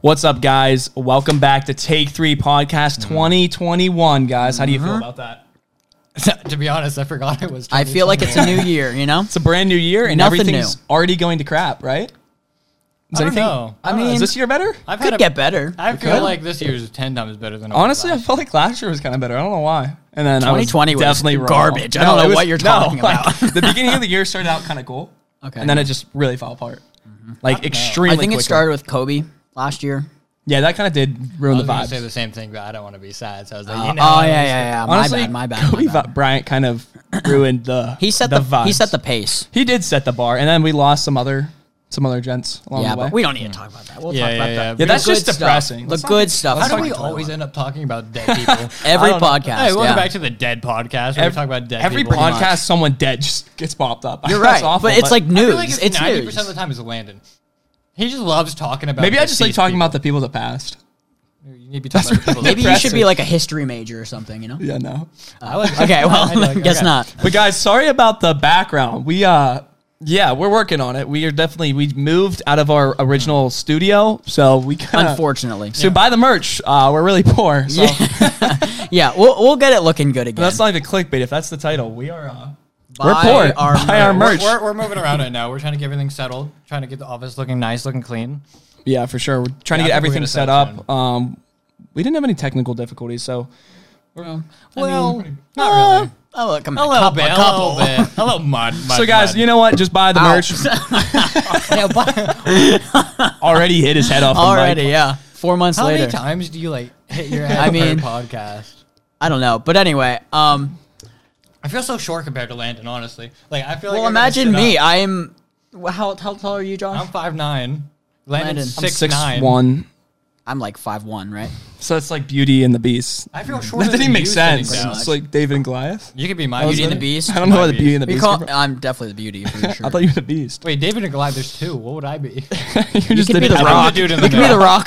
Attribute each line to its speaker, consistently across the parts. Speaker 1: What's up, guys? Welcome back to Take Three
Speaker 2: Mm.
Speaker 1: Podcast 2021, guys. How do
Speaker 2: Mm-hmm.
Speaker 1: you feel about that?
Speaker 3: to be honest, I forgot it was.
Speaker 2: I feel like it's a new year, you know?
Speaker 1: It's a brand new year, and
Speaker 2: Nothing
Speaker 1: everything's
Speaker 2: new.
Speaker 1: already going to crap, right? Is
Speaker 3: I don't know.
Speaker 2: I
Speaker 3: I mean,
Speaker 1: Is
Speaker 2: mean,
Speaker 1: this year better?
Speaker 3: I've had
Speaker 2: could
Speaker 3: a,
Speaker 2: get better.
Speaker 3: I feel
Speaker 1: could.
Speaker 3: like this year's ten times better than it was
Speaker 1: Honestly, I
Speaker 3: last.
Speaker 1: felt like last year was kind of better. I don't know why. And then
Speaker 2: 2020
Speaker 1: I was
Speaker 2: was
Speaker 1: definitely wrong.
Speaker 2: garbage. I don't
Speaker 1: it
Speaker 2: know what you're talking about.
Speaker 1: the beginning of the year started out kind of cool,
Speaker 2: Okay. Mm-hmm.
Speaker 1: and then it just really fell apart, like extremely.
Speaker 2: I think
Speaker 1: quickly.
Speaker 2: it started with Kobe last year.
Speaker 1: Yeah, that kind of did
Speaker 3: I
Speaker 1: ruin
Speaker 3: was
Speaker 1: the
Speaker 3: gonna
Speaker 1: vibe.
Speaker 3: say the same thing, but I don't want to be sad. So I was like,
Speaker 2: oh
Speaker 3: you know,
Speaker 2: yeah, yeah, yeah. My
Speaker 1: Honestly,
Speaker 2: bad, my bad.
Speaker 1: Kobe
Speaker 2: my bad.
Speaker 1: Vi- Bryant kind of ruined the.
Speaker 2: He set
Speaker 1: the,
Speaker 2: the,
Speaker 1: vibes.
Speaker 2: he set the pace.
Speaker 1: He did set the bar, and then we lost some other some other gents along
Speaker 2: Yeah,
Speaker 1: the way.
Speaker 2: but we don't need to talk about that. We'll
Speaker 3: Yeah,
Speaker 2: talk
Speaker 3: yeah,
Speaker 2: about
Speaker 3: yeah.
Speaker 2: that.
Speaker 3: Yeah,
Speaker 1: that's
Speaker 2: The good
Speaker 1: just depressing.
Speaker 2: Stuff.
Speaker 1: Let's
Speaker 2: The
Speaker 1: not
Speaker 2: good
Speaker 1: get-
Speaker 2: stuff.
Speaker 3: How do
Speaker 2: Let's
Speaker 3: we
Speaker 2: talk about
Speaker 3: always
Speaker 2: that.
Speaker 3: end up talking about dead people? hey,
Speaker 1: I
Speaker 2: every
Speaker 1: don't know.
Speaker 2: podcast?
Speaker 3: welcome
Speaker 2: yeah.
Speaker 3: back to the dead podcast. Where we talk about dead
Speaker 1: every
Speaker 3: people.
Speaker 1: podcast, someone dead just gets popped up.
Speaker 2: You're
Speaker 1: That's
Speaker 2: right,
Speaker 1: awful,
Speaker 2: but it's like
Speaker 3: I
Speaker 2: news.
Speaker 3: feel like it's,
Speaker 2: it's
Speaker 3: ninety percent of the
Speaker 2: news.
Speaker 3: time is Landon. He just loves talking about.
Speaker 1: maybe I just like
Speaker 3: deceased
Speaker 1: talking
Speaker 3: people.
Speaker 1: about the people that passed.
Speaker 3: You need to be talking about the people.
Speaker 2: Maybe
Speaker 3: that-
Speaker 2: you should
Speaker 1: depressing.
Speaker 2: be like a history major or something. You know?
Speaker 1: Yeah, no.
Speaker 3: I like-
Speaker 2: Okay,
Speaker 3: I like-
Speaker 2: well, guess
Speaker 3: okay.
Speaker 2: not.
Speaker 1: But guys, sorry about the background. We uh yeah, we're working on it. We are definitely we moved out of our original studio, so we kind of
Speaker 2: Unfortunately,
Speaker 1: So buy the merch. Uh, we're really poor. So
Speaker 2: yeah, we'll we'll get it looking good again.
Speaker 1: that's not even clickbait. If that's the title, we are. Uh, we're
Speaker 2: Buy
Speaker 1: poor.
Speaker 2: our
Speaker 1: buy our merch.
Speaker 3: We're, we're moving around right now. We're trying to get everything settled. Trying to get the office looking nice, looking clean.
Speaker 1: yeah, for sure. We're trying to
Speaker 3: Yeah, I think
Speaker 1: get
Speaker 3: we're
Speaker 1: everything
Speaker 3: gonna
Speaker 1: set
Speaker 3: set
Speaker 1: up. Um, we didn't have any technical difficulties, so
Speaker 3: well,
Speaker 2: Uh,
Speaker 3: not really.
Speaker 2: Oh, look, I'm
Speaker 3: A little
Speaker 2: couple,
Speaker 3: bit,
Speaker 2: a
Speaker 3: a
Speaker 2: couple.
Speaker 3: little bit, a little mud. mud
Speaker 1: so guys,
Speaker 3: mud.
Speaker 1: you know what? Just buy the
Speaker 2: Ow.
Speaker 1: merch.
Speaker 2: Yeah, but-
Speaker 1: Already hit his head off. the mic.
Speaker 2: already, yeah. Four months
Speaker 3: how
Speaker 2: later.
Speaker 3: many times do you like hit your head
Speaker 2: I
Speaker 3: I
Speaker 2: mean-
Speaker 3: mean, podcast?
Speaker 2: I don't know, but anyway, um,
Speaker 3: I feel so short compared to Landon, honestly. Like I feel like
Speaker 2: well,
Speaker 3: I'm gonna
Speaker 2: imagine
Speaker 3: sit
Speaker 2: me.
Speaker 3: up.
Speaker 2: I'm wh- how how tall are you, Josh?
Speaker 3: I'm
Speaker 2: I'm,
Speaker 3: five nine.
Speaker 2: Landon. I'm
Speaker 3: Landon's six,
Speaker 1: six
Speaker 3: nine.
Speaker 1: one.
Speaker 2: like five one, right?
Speaker 1: So it's like Beauty and the Beast.
Speaker 3: I feel shorter.
Speaker 1: That didn't
Speaker 3: than
Speaker 1: even make
Speaker 3: you
Speaker 1: sense.
Speaker 3: sitting down.
Speaker 1: It's like David and Goliath.
Speaker 3: You could be my
Speaker 2: Beauty and the
Speaker 3: brother.
Speaker 2: Beast.
Speaker 1: I don't know
Speaker 3: My
Speaker 1: why the Beauty and the
Speaker 2: We
Speaker 1: Beast.
Speaker 2: call,
Speaker 1: came from.
Speaker 2: I'm definitely the beauty for sure.
Speaker 1: I thought you were the Beast.
Speaker 3: Wait, David and Goliath. There's two. What would I be?
Speaker 1: you
Speaker 2: you
Speaker 1: just
Speaker 2: could be
Speaker 1: didn't
Speaker 2: the
Speaker 1: have it.
Speaker 2: rock.
Speaker 3: the dude in
Speaker 2: you
Speaker 3: the
Speaker 2: could be the
Speaker 3: middle.
Speaker 2: rock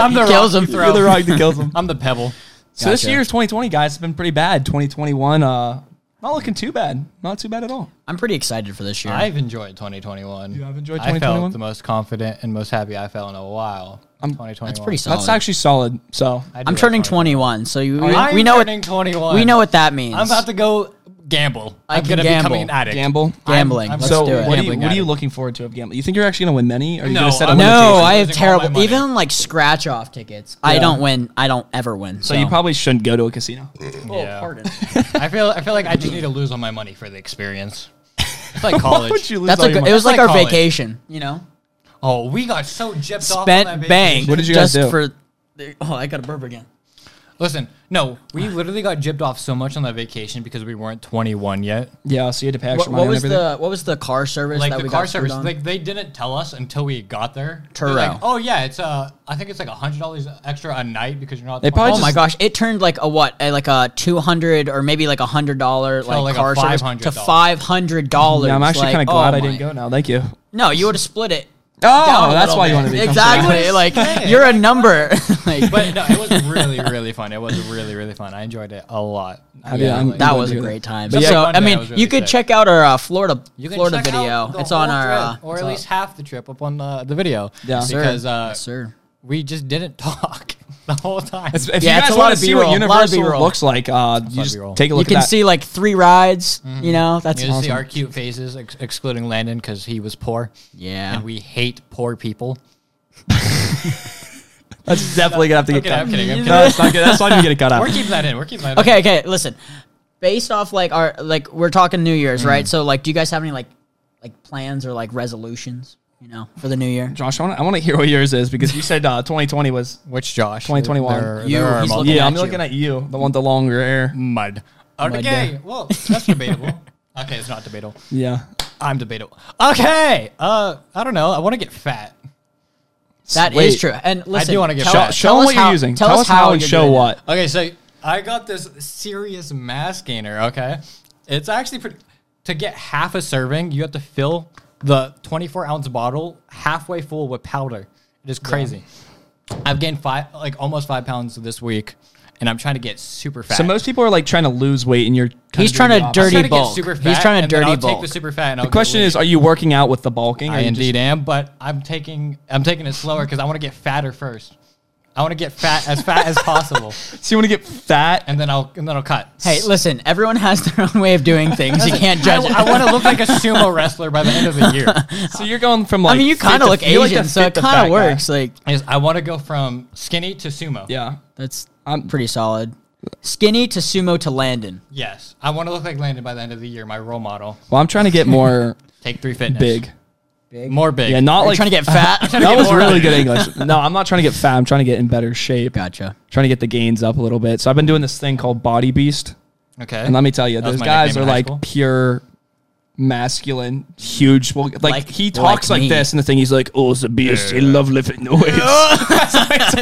Speaker 3: I'm the
Speaker 2: kills
Speaker 3: rock
Speaker 2: him.
Speaker 3: you
Speaker 1: You're the rock that kills them.
Speaker 3: I'm the pebble.
Speaker 1: So this
Speaker 2: Gotcha.
Speaker 1: year's 2020, guys, has been pretty bad. 2021, uh, not looking too bad. Not too bad at all.
Speaker 2: I'm pretty excited for this year.
Speaker 3: I've enjoyed 2021.
Speaker 1: You have enjoyed
Speaker 3: I
Speaker 1: 2021?
Speaker 3: felt the most confident and most happy I felt in a while.
Speaker 1: I'm-
Speaker 3: 2021.
Speaker 2: That's pretty solid.
Speaker 1: That's actually solid. So
Speaker 3: I do
Speaker 2: I'm
Speaker 3: like 2021.
Speaker 2: turning 21, so you, we,
Speaker 3: I'm
Speaker 2: we know
Speaker 3: turning
Speaker 2: what
Speaker 3: 21.
Speaker 2: we know what that means.
Speaker 3: I'm about to go gamble.
Speaker 2: I
Speaker 3: I'm
Speaker 2: can
Speaker 3: gonna
Speaker 2: gamble.
Speaker 3: become an addict.
Speaker 1: gamble.
Speaker 2: gambling.
Speaker 3: I'm- I'm
Speaker 2: Let's
Speaker 1: so
Speaker 2: do it.
Speaker 1: what, are you,
Speaker 3: Gambling
Speaker 1: what are you
Speaker 3: addict.
Speaker 1: looking forward to of gambling? You think you're actually gonna win many? Or are you
Speaker 3: No,
Speaker 1: gonna set a
Speaker 3: I'm
Speaker 2: no,
Speaker 1: limitation?
Speaker 2: I
Speaker 3: losing
Speaker 2: have
Speaker 3: all my
Speaker 2: terrible.
Speaker 3: money.
Speaker 2: Even like scratch off tickets, I
Speaker 1: Yeah.
Speaker 2: don't win. I don't ever win.
Speaker 1: So you probably shouldn't go to a casino.
Speaker 3: Yeah. I feel I feel like I just need to lose all my money for the experience. It's like college.
Speaker 1: lose
Speaker 2: That's
Speaker 1: all
Speaker 2: a
Speaker 1: your
Speaker 2: good,
Speaker 1: money?
Speaker 2: it was
Speaker 3: That's
Speaker 2: like
Speaker 3: like
Speaker 2: our
Speaker 3: college.
Speaker 2: vacation, you know.
Speaker 3: oh, we got so gypped off. on that
Speaker 2: Spent
Speaker 3: vacation.
Speaker 2: bang.
Speaker 1: What did you guys
Speaker 2: just
Speaker 1: do?
Speaker 2: For, the- oh, I got a burp again.
Speaker 3: Listen, no, we literally got gypped off so much on that vacation because we weren't 21 yet.
Speaker 1: yeah. So you had to pay
Speaker 2: What,
Speaker 1: extra
Speaker 2: what
Speaker 1: money
Speaker 2: was
Speaker 1: and everything.
Speaker 2: the what was the car service
Speaker 3: Like
Speaker 2: that
Speaker 3: the
Speaker 2: we
Speaker 3: car
Speaker 2: got
Speaker 3: service,
Speaker 2: screwed on?
Speaker 3: like they didn't tell us until we got there. They're
Speaker 2: Turo.
Speaker 3: Like, oh yeah, it's uh, I think it's like hundred dollars extra a night because you're not.
Speaker 1: They probably
Speaker 2: oh
Speaker 3: 21.
Speaker 1: just-
Speaker 2: my gosh, it turned like a what, a, like a two hundred or maybe like a hundred dollar like,
Speaker 3: like a
Speaker 2: car service
Speaker 3: $500.
Speaker 2: to five hundred dollars.
Speaker 1: yeah, I'm actually
Speaker 2: like,
Speaker 1: kind of glad
Speaker 2: oh
Speaker 1: I
Speaker 2: my-
Speaker 1: didn't go now. Thank you.
Speaker 2: No, you would have split it. down
Speaker 1: Oh,
Speaker 2: a
Speaker 1: that's
Speaker 2: little
Speaker 1: why you
Speaker 2: bit.
Speaker 1: wanted to be
Speaker 2: exactly
Speaker 3: You
Speaker 2: like
Speaker 3: would've split it.
Speaker 2: you're a number. like,
Speaker 3: But no, it was really, really fun. It was really, really fun. I enjoyed it a lot.
Speaker 1: I mean, I'm-
Speaker 2: that
Speaker 1: would
Speaker 2: was a
Speaker 1: do that.
Speaker 2: great time.
Speaker 3: But yeah,
Speaker 2: so
Speaker 3: Monday
Speaker 2: I mean,
Speaker 3: I was
Speaker 2: you
Speaker 3: really
Speaker 2: could
Speaker 3: sick.
Speaker 2: check out our uh, Florida
Speaker 3: You can
Speaker 2: Florida
Speaker 3: check
Speaker 2: video.
Speaker 3: out the
Speaker 2: It's on
Speaker 3: whole
Speaker 2: our uh,
Speaker 3: trip, or
Speaker 2: it's
Speaker 3: at
Speaker 2: on-
Speaker 3: least half the trip up on the, the video.
Speaker 1: Yeah. Yes,
Speaker 2: sir.
Speaker 3: because uh,
Speaker 2: Yes, sir.
Speaker 3: we just didn't talk the whole time.
Speaker 1: It's, if
Speaker 2: Yeah,
Speaker 1: you
Speaker 2: it's
Speaker 1: guys
Speaker 2: a lot
Speaker 1: want to
Speaker 2: of
Speaker 1: see what
Speaker 2: B-roll, a lot of
Speaker 1: Universal
Speaker 2: B-roll.
Speaker 1: looks like, uh,
Speaker 3: lot
Speaker 1: you
Speaker 3: of
Speaker 1: just
Speaker 3: B-roll.
Speaker 1: take a
Speaker 2: You
Speaker 1: look
Speaker 2: can
Speaker 1: at that. Mm-hmm.
Speaker 2: see like three rides. You know, that's
Speaker 3: you just see
Speaker 2: awesome.
Speaker 3: our cute faces, ex- excluding Landon because he was poor,
Speaker 2: yeah.
Speaker 3: and we hate poor people.
Speaker 1: That's definitely gonna have to get
Speaker 3: Okay,
Speaker 1: cut.
Speaker 3: I'm kidding. I'm
Speaker 1: No,
Speaker 3: kidding.
Speaker 1: that's not good. That's why you get it cut out.
Speaker 3: We're keeping that in. We're keeping that.
Speaker 2: okay, okay. Listen, based off like our like we're talking New Year's,
Speaker 1: Mm.
Speaker 2: right? So like, do you guys have any like like plans or like resolutions? You know, for the new year.
Speaker 1: Josh, I want, to, I want to hear what yours is because you said uh, 2020 was.
Speaker 3: in. Which Josh?
Speaker 1: 2021.
Speaker 3: There,
Speaker 2: You,
Speaker 3: there are
Speaker 2: he's
Speaker 3: mul-
Speaker 2: looking
Speaker 1: yeah,
Speaker 2: at
Speaker 1: I'm
Speaker 2: you.
Speaker 1: looking at you, the one with the longer hair.
Speaker 3: mud. Okay.
Speaker 2: yeah.
Speaker 3: Well, that's debatable. okay, it's not debatable.
Speaker 1: Yeah,
Speaker 3: I'm debatable. Okay. Uh, I don't know. I want to get fat.
Speaker 2: That is
Speaker 1: Wait.
Speaker 2: true. And listen,
Speaker 3: wanna get
Speaker 2: tell-
Speaker 1: Show,
Speaker 3: Tell
Speaker 1: show 'em
Speaker 2: us
Speaker 1: what you're
Speaker 2: how-
Speaker 1: using. Tell, us how, and
Speaker 2: you're
Speaker 1: show
Speaker 2: doing it.
Speaker 1: what.
Speaker 3: Okay, so I got this serious mass gainer. Okay, it's actually pretty. To get half a serving, you have to fill the 24 ounce bottle halfway full with powder. It is crazy. I've gained five, like almost five pounds this week, and I'm trying to get super fat.
Speaker 1: So most people are like trying to lose weight, and you're kind
Speaker 2: He's
Speaker 1: of doing
Speaker 2: trying
Speaker 1: the
Speaker 2: to
Speaker 1: opposite.
Speaker 3: I'm
Speaker 2: dirty
Speaker 3: trying to get
Speaker 2: bulk.
Speaker 3: super
Speaker 2: He's
Speaker 3: fat.
Speaker 2: trying to
Speaker 3: and then
Speaker 2: dirty
Speaker 3: I'll take
Speaker 2: bulk.
Speaker 3: the super fat. And I'll
Speaker 1: The question
Speaker 3: get
Speaker 1: is, are you working out with the bulking?
Speaker 3: I
Speaker 1: or you
Speaker 3: indeed
Speaker 1: just-
Speaker 3: am, but I'm taking I'm taking it slower because I want to get fatter first. I want to get fat as fat as possible,
Speaker 1: so you want to get fat?
Speaker 3: and then I'll and then I'll cut.
Speaker 2: Hey, listen, everyone has their own way of doing things. You can't
Speaker 3: I,
Speaker 2: judge it.
Speaker 3: want to look like a sumo wrestler by the end of the year.
Speaker 1: So you're going from like
Speaker 2: I mean, you
Speaker 1: fit
Speaker 2: kind of
Speaker 1: to-
Speaker 2: look
Speaker 1: you're like the
Speaker 2: Asian, so
Speaker 1: fit
Speaker 2: it
Speaker 1: to
Speaker 2: kind
Speaker 1: fat guy.
Speaker 2: of works. Like
Speaker 3: Is I want to go from skinny to sumo.
Speaker 1: Yeah.
Speaker 2: that's
Speaker 1: I'm-
Speaker 2: pretty solid. Skinny to sumo to Landon.
Speaker 3: Yes, I want to look like Landon by the end of the year. My role model.
Speaker 1: Well, I'm trying to get more
Speaker 3: Take three fitness.
Speaker 1: big.
Speaker 3: More big.
Speaker 1: Yeah, not
Speaker 2: Are you
Speaker 1: like
Speaker 2: trying to get fat.
Speaker 1: that was really good English. No, I'm not trying to get fat. I'm trying to get in better shape.
Speaker 2: gotcha.
Speaker 1: Trying to get the gains up a little bit. So I've been doing this thing called Body Beast,
Speaker 3: Okay.
Speaker 1: and let me tell you,
Speaker 3: That was
Speaker 1: those
Speaker 3: my
Speaker 1: guys
Speaker 3: nickname
Speaker 1: are
Speaker 3: in high
Speaker 1: like
Speaker 3: school.
Speaker 1: pure masculine, huge. Well, like,
Speaker 2: Like-
Speaker 1: he
Speaker 2: like
Speaker 1: talks like,
Speaker 2: me.
Speaker 1: this, and the thing he's like, "Oh, the beast, he love lifting the weights."
Speaker 3: Kinda
Speaker 1: So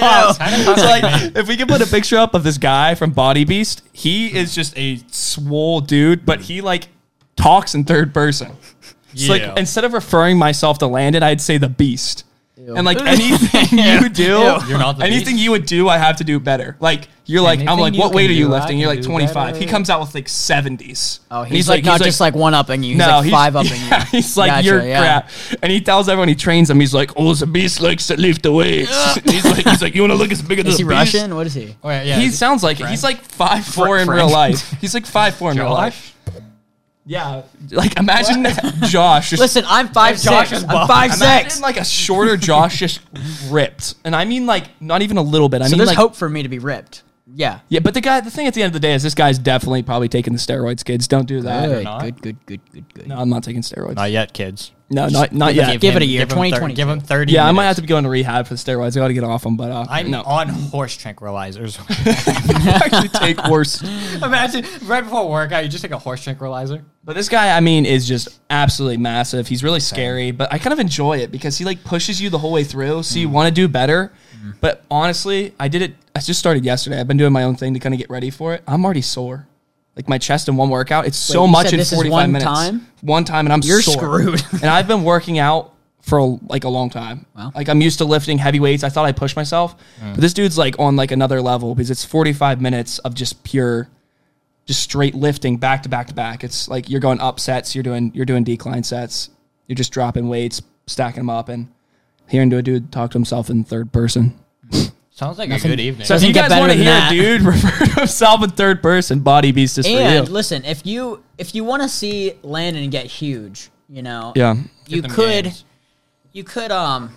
Speaker 3: talks like me.
Speaker 1: like, if we could put a picture up of this guy from Body Beast, he is just a swole dude, but he like talks in third person. It's
Speaker 3: Yeah.
Speaker 1: like instead of referring myself to Landon, I'd say the Beast. And like anything you do,
Speaker 3: You're not the
Speaker 1: anything
Speaker 3: beast.
Speaker 1: you would do, I have to do better. Like you're like, I'm
Speaker 3: Anything
Speaker 1: like,
Speaker 3: you
Speaker 1: what
Speaker 3: can
Speaker 1: weight are you
Speaker 3: do, I
Speaker 1: lifting? You're
Speaker 3: can
Speaker 1: like
Speaker 3: do
Speaker 1: 25. He
Speaker 3: better.
Speaker 1: comes out with like 70s.
Speaker 2: Oh,
Speaker 1: And
Speaker 2: he's, like, not
Speaker 1: he's
Speaker 2: just like one upping you. He's like five upping you.
Speaker 1: yeah, He's like,
Speaker 2: Gotcha,
Speaker 1: you're
Speaker 2: yeah.
Speaker 1: crap. And he tells everyone he trains him. He's like, oh, the beast likes to lift the weights. he's like, he's like, you want to look as big as
Speaker 2: Is
Speaker 1: the
Speaker 2: he
Speaker 1: beast?
Speaker 2: Russian? What is he?
Speaker 3: Oh, yeah, yeah.
Speaker 1: He sounds like it. He's like five four in
Speaker 3: Frank.
Speaker 1: real life. He's like five four in real life.
Speaker 3: Josh?
Speaker 1: Yeah, like imagine that Josh. Just,
Speaker 2: Listen, I'm five
Speaker 3: Josh
Speaker 2: six.
Speaker 3: is
Speaker 2: I'm
Speaker 3: buff.
Speaker 2: five
Speaker 1: imagine
Speaker 2: six.
Speaker 1: like a shorter Josh just ripped, and I mean like not even a little bit. I
Speaker 2: So
Speaker 1: mean
Speaker 2: there's
Speaker 1: like
Speaker 2: hope for me to be ripped. Yeah.
Speaker 1: yeah. But the guy, the thing at the end of the day is this guy's definitely probably taking the steroids. Kids, don't do that.
Speaker 2: Good,
Speaker 3: not.
Speaker 2: good, good, good, good, good.
Speaker 1: No, I'm not taking steroids.
Speaker 3: Not yet, kids.
Speaker 1: no, not not yet.
Speaker 2: Give it a year,
Speaker 3: give him thir-
Speaker 2: 2022.
Speaker 3: Give him thirty.
Speaker 1: yeah, I might
Speaker 3: minutes.
Speaker 1: have to be going to rehab for the steroids. I got to get off them, but uh,
Speaker 3: I'm
Speaker 1: no.
Speaker 3: on horse tranquilizers.
Speaker 1: actually take worse.
Speaker 3: Imagine right before workout, you just take a horse tranquilizer.
Speaker 1: But this guy, I mean, is just absolutely massive. He's really scary, but I kind of enjoy it because he like pushes you the whole way through. So you want to do better. But honestly, I did it. I just started yesterday. I've been doing my own thing to kind of get ready for it. I'm already sore. Like my chest in one workout, it's so
Speaker 2: Wait, you
Speaker 1: much
Speaker 2: said
Speaker 1: in
Speaker 2: this is
Speaker 1: 45
Speaker 2: one
Speaker 1: minutes.
Speaker 2: time?
Speaker 1: One time, and I'm
Speaker 2: You're
Speaker 1: sore.
Speaker 2: screwed.
Speaker 1: and I've been working out for a, like a long time.
Speaker 2: Wow. Mm.
Speaker 1: Like I'm used to lifting heavy weights. I thought I pushed myself, but this dude's like on like another level because it's 45 minutes of just pure just straight lifting back to back to back. It's like you're going up sets, you're doing you're doing decline sets, you're just dropping weights, stacking them up, and hearing to a dude talk to himself in third person.
Speaker 3: Sounds like a good evening.
Speaker 1: So if
Speaker 2: Doesn't
Speaker 1: you guys
Speaker 2: get better
Speaker 1: want to
Speaker 2: than
Speaker 1: hear
Speaker 2: that.
Speaker 1: a dude refer to himself in third person, body beast is for
Speaker 2: And
Speaker 1: you.
Speaker 2: listen, if you if you want to see Landon get huge, you know,
Speaker 1: Yeah.
Speaker 2: you
Speaker 3: them
Speaker 2: could
Speaker 3: gains.
Speaker 2: you could um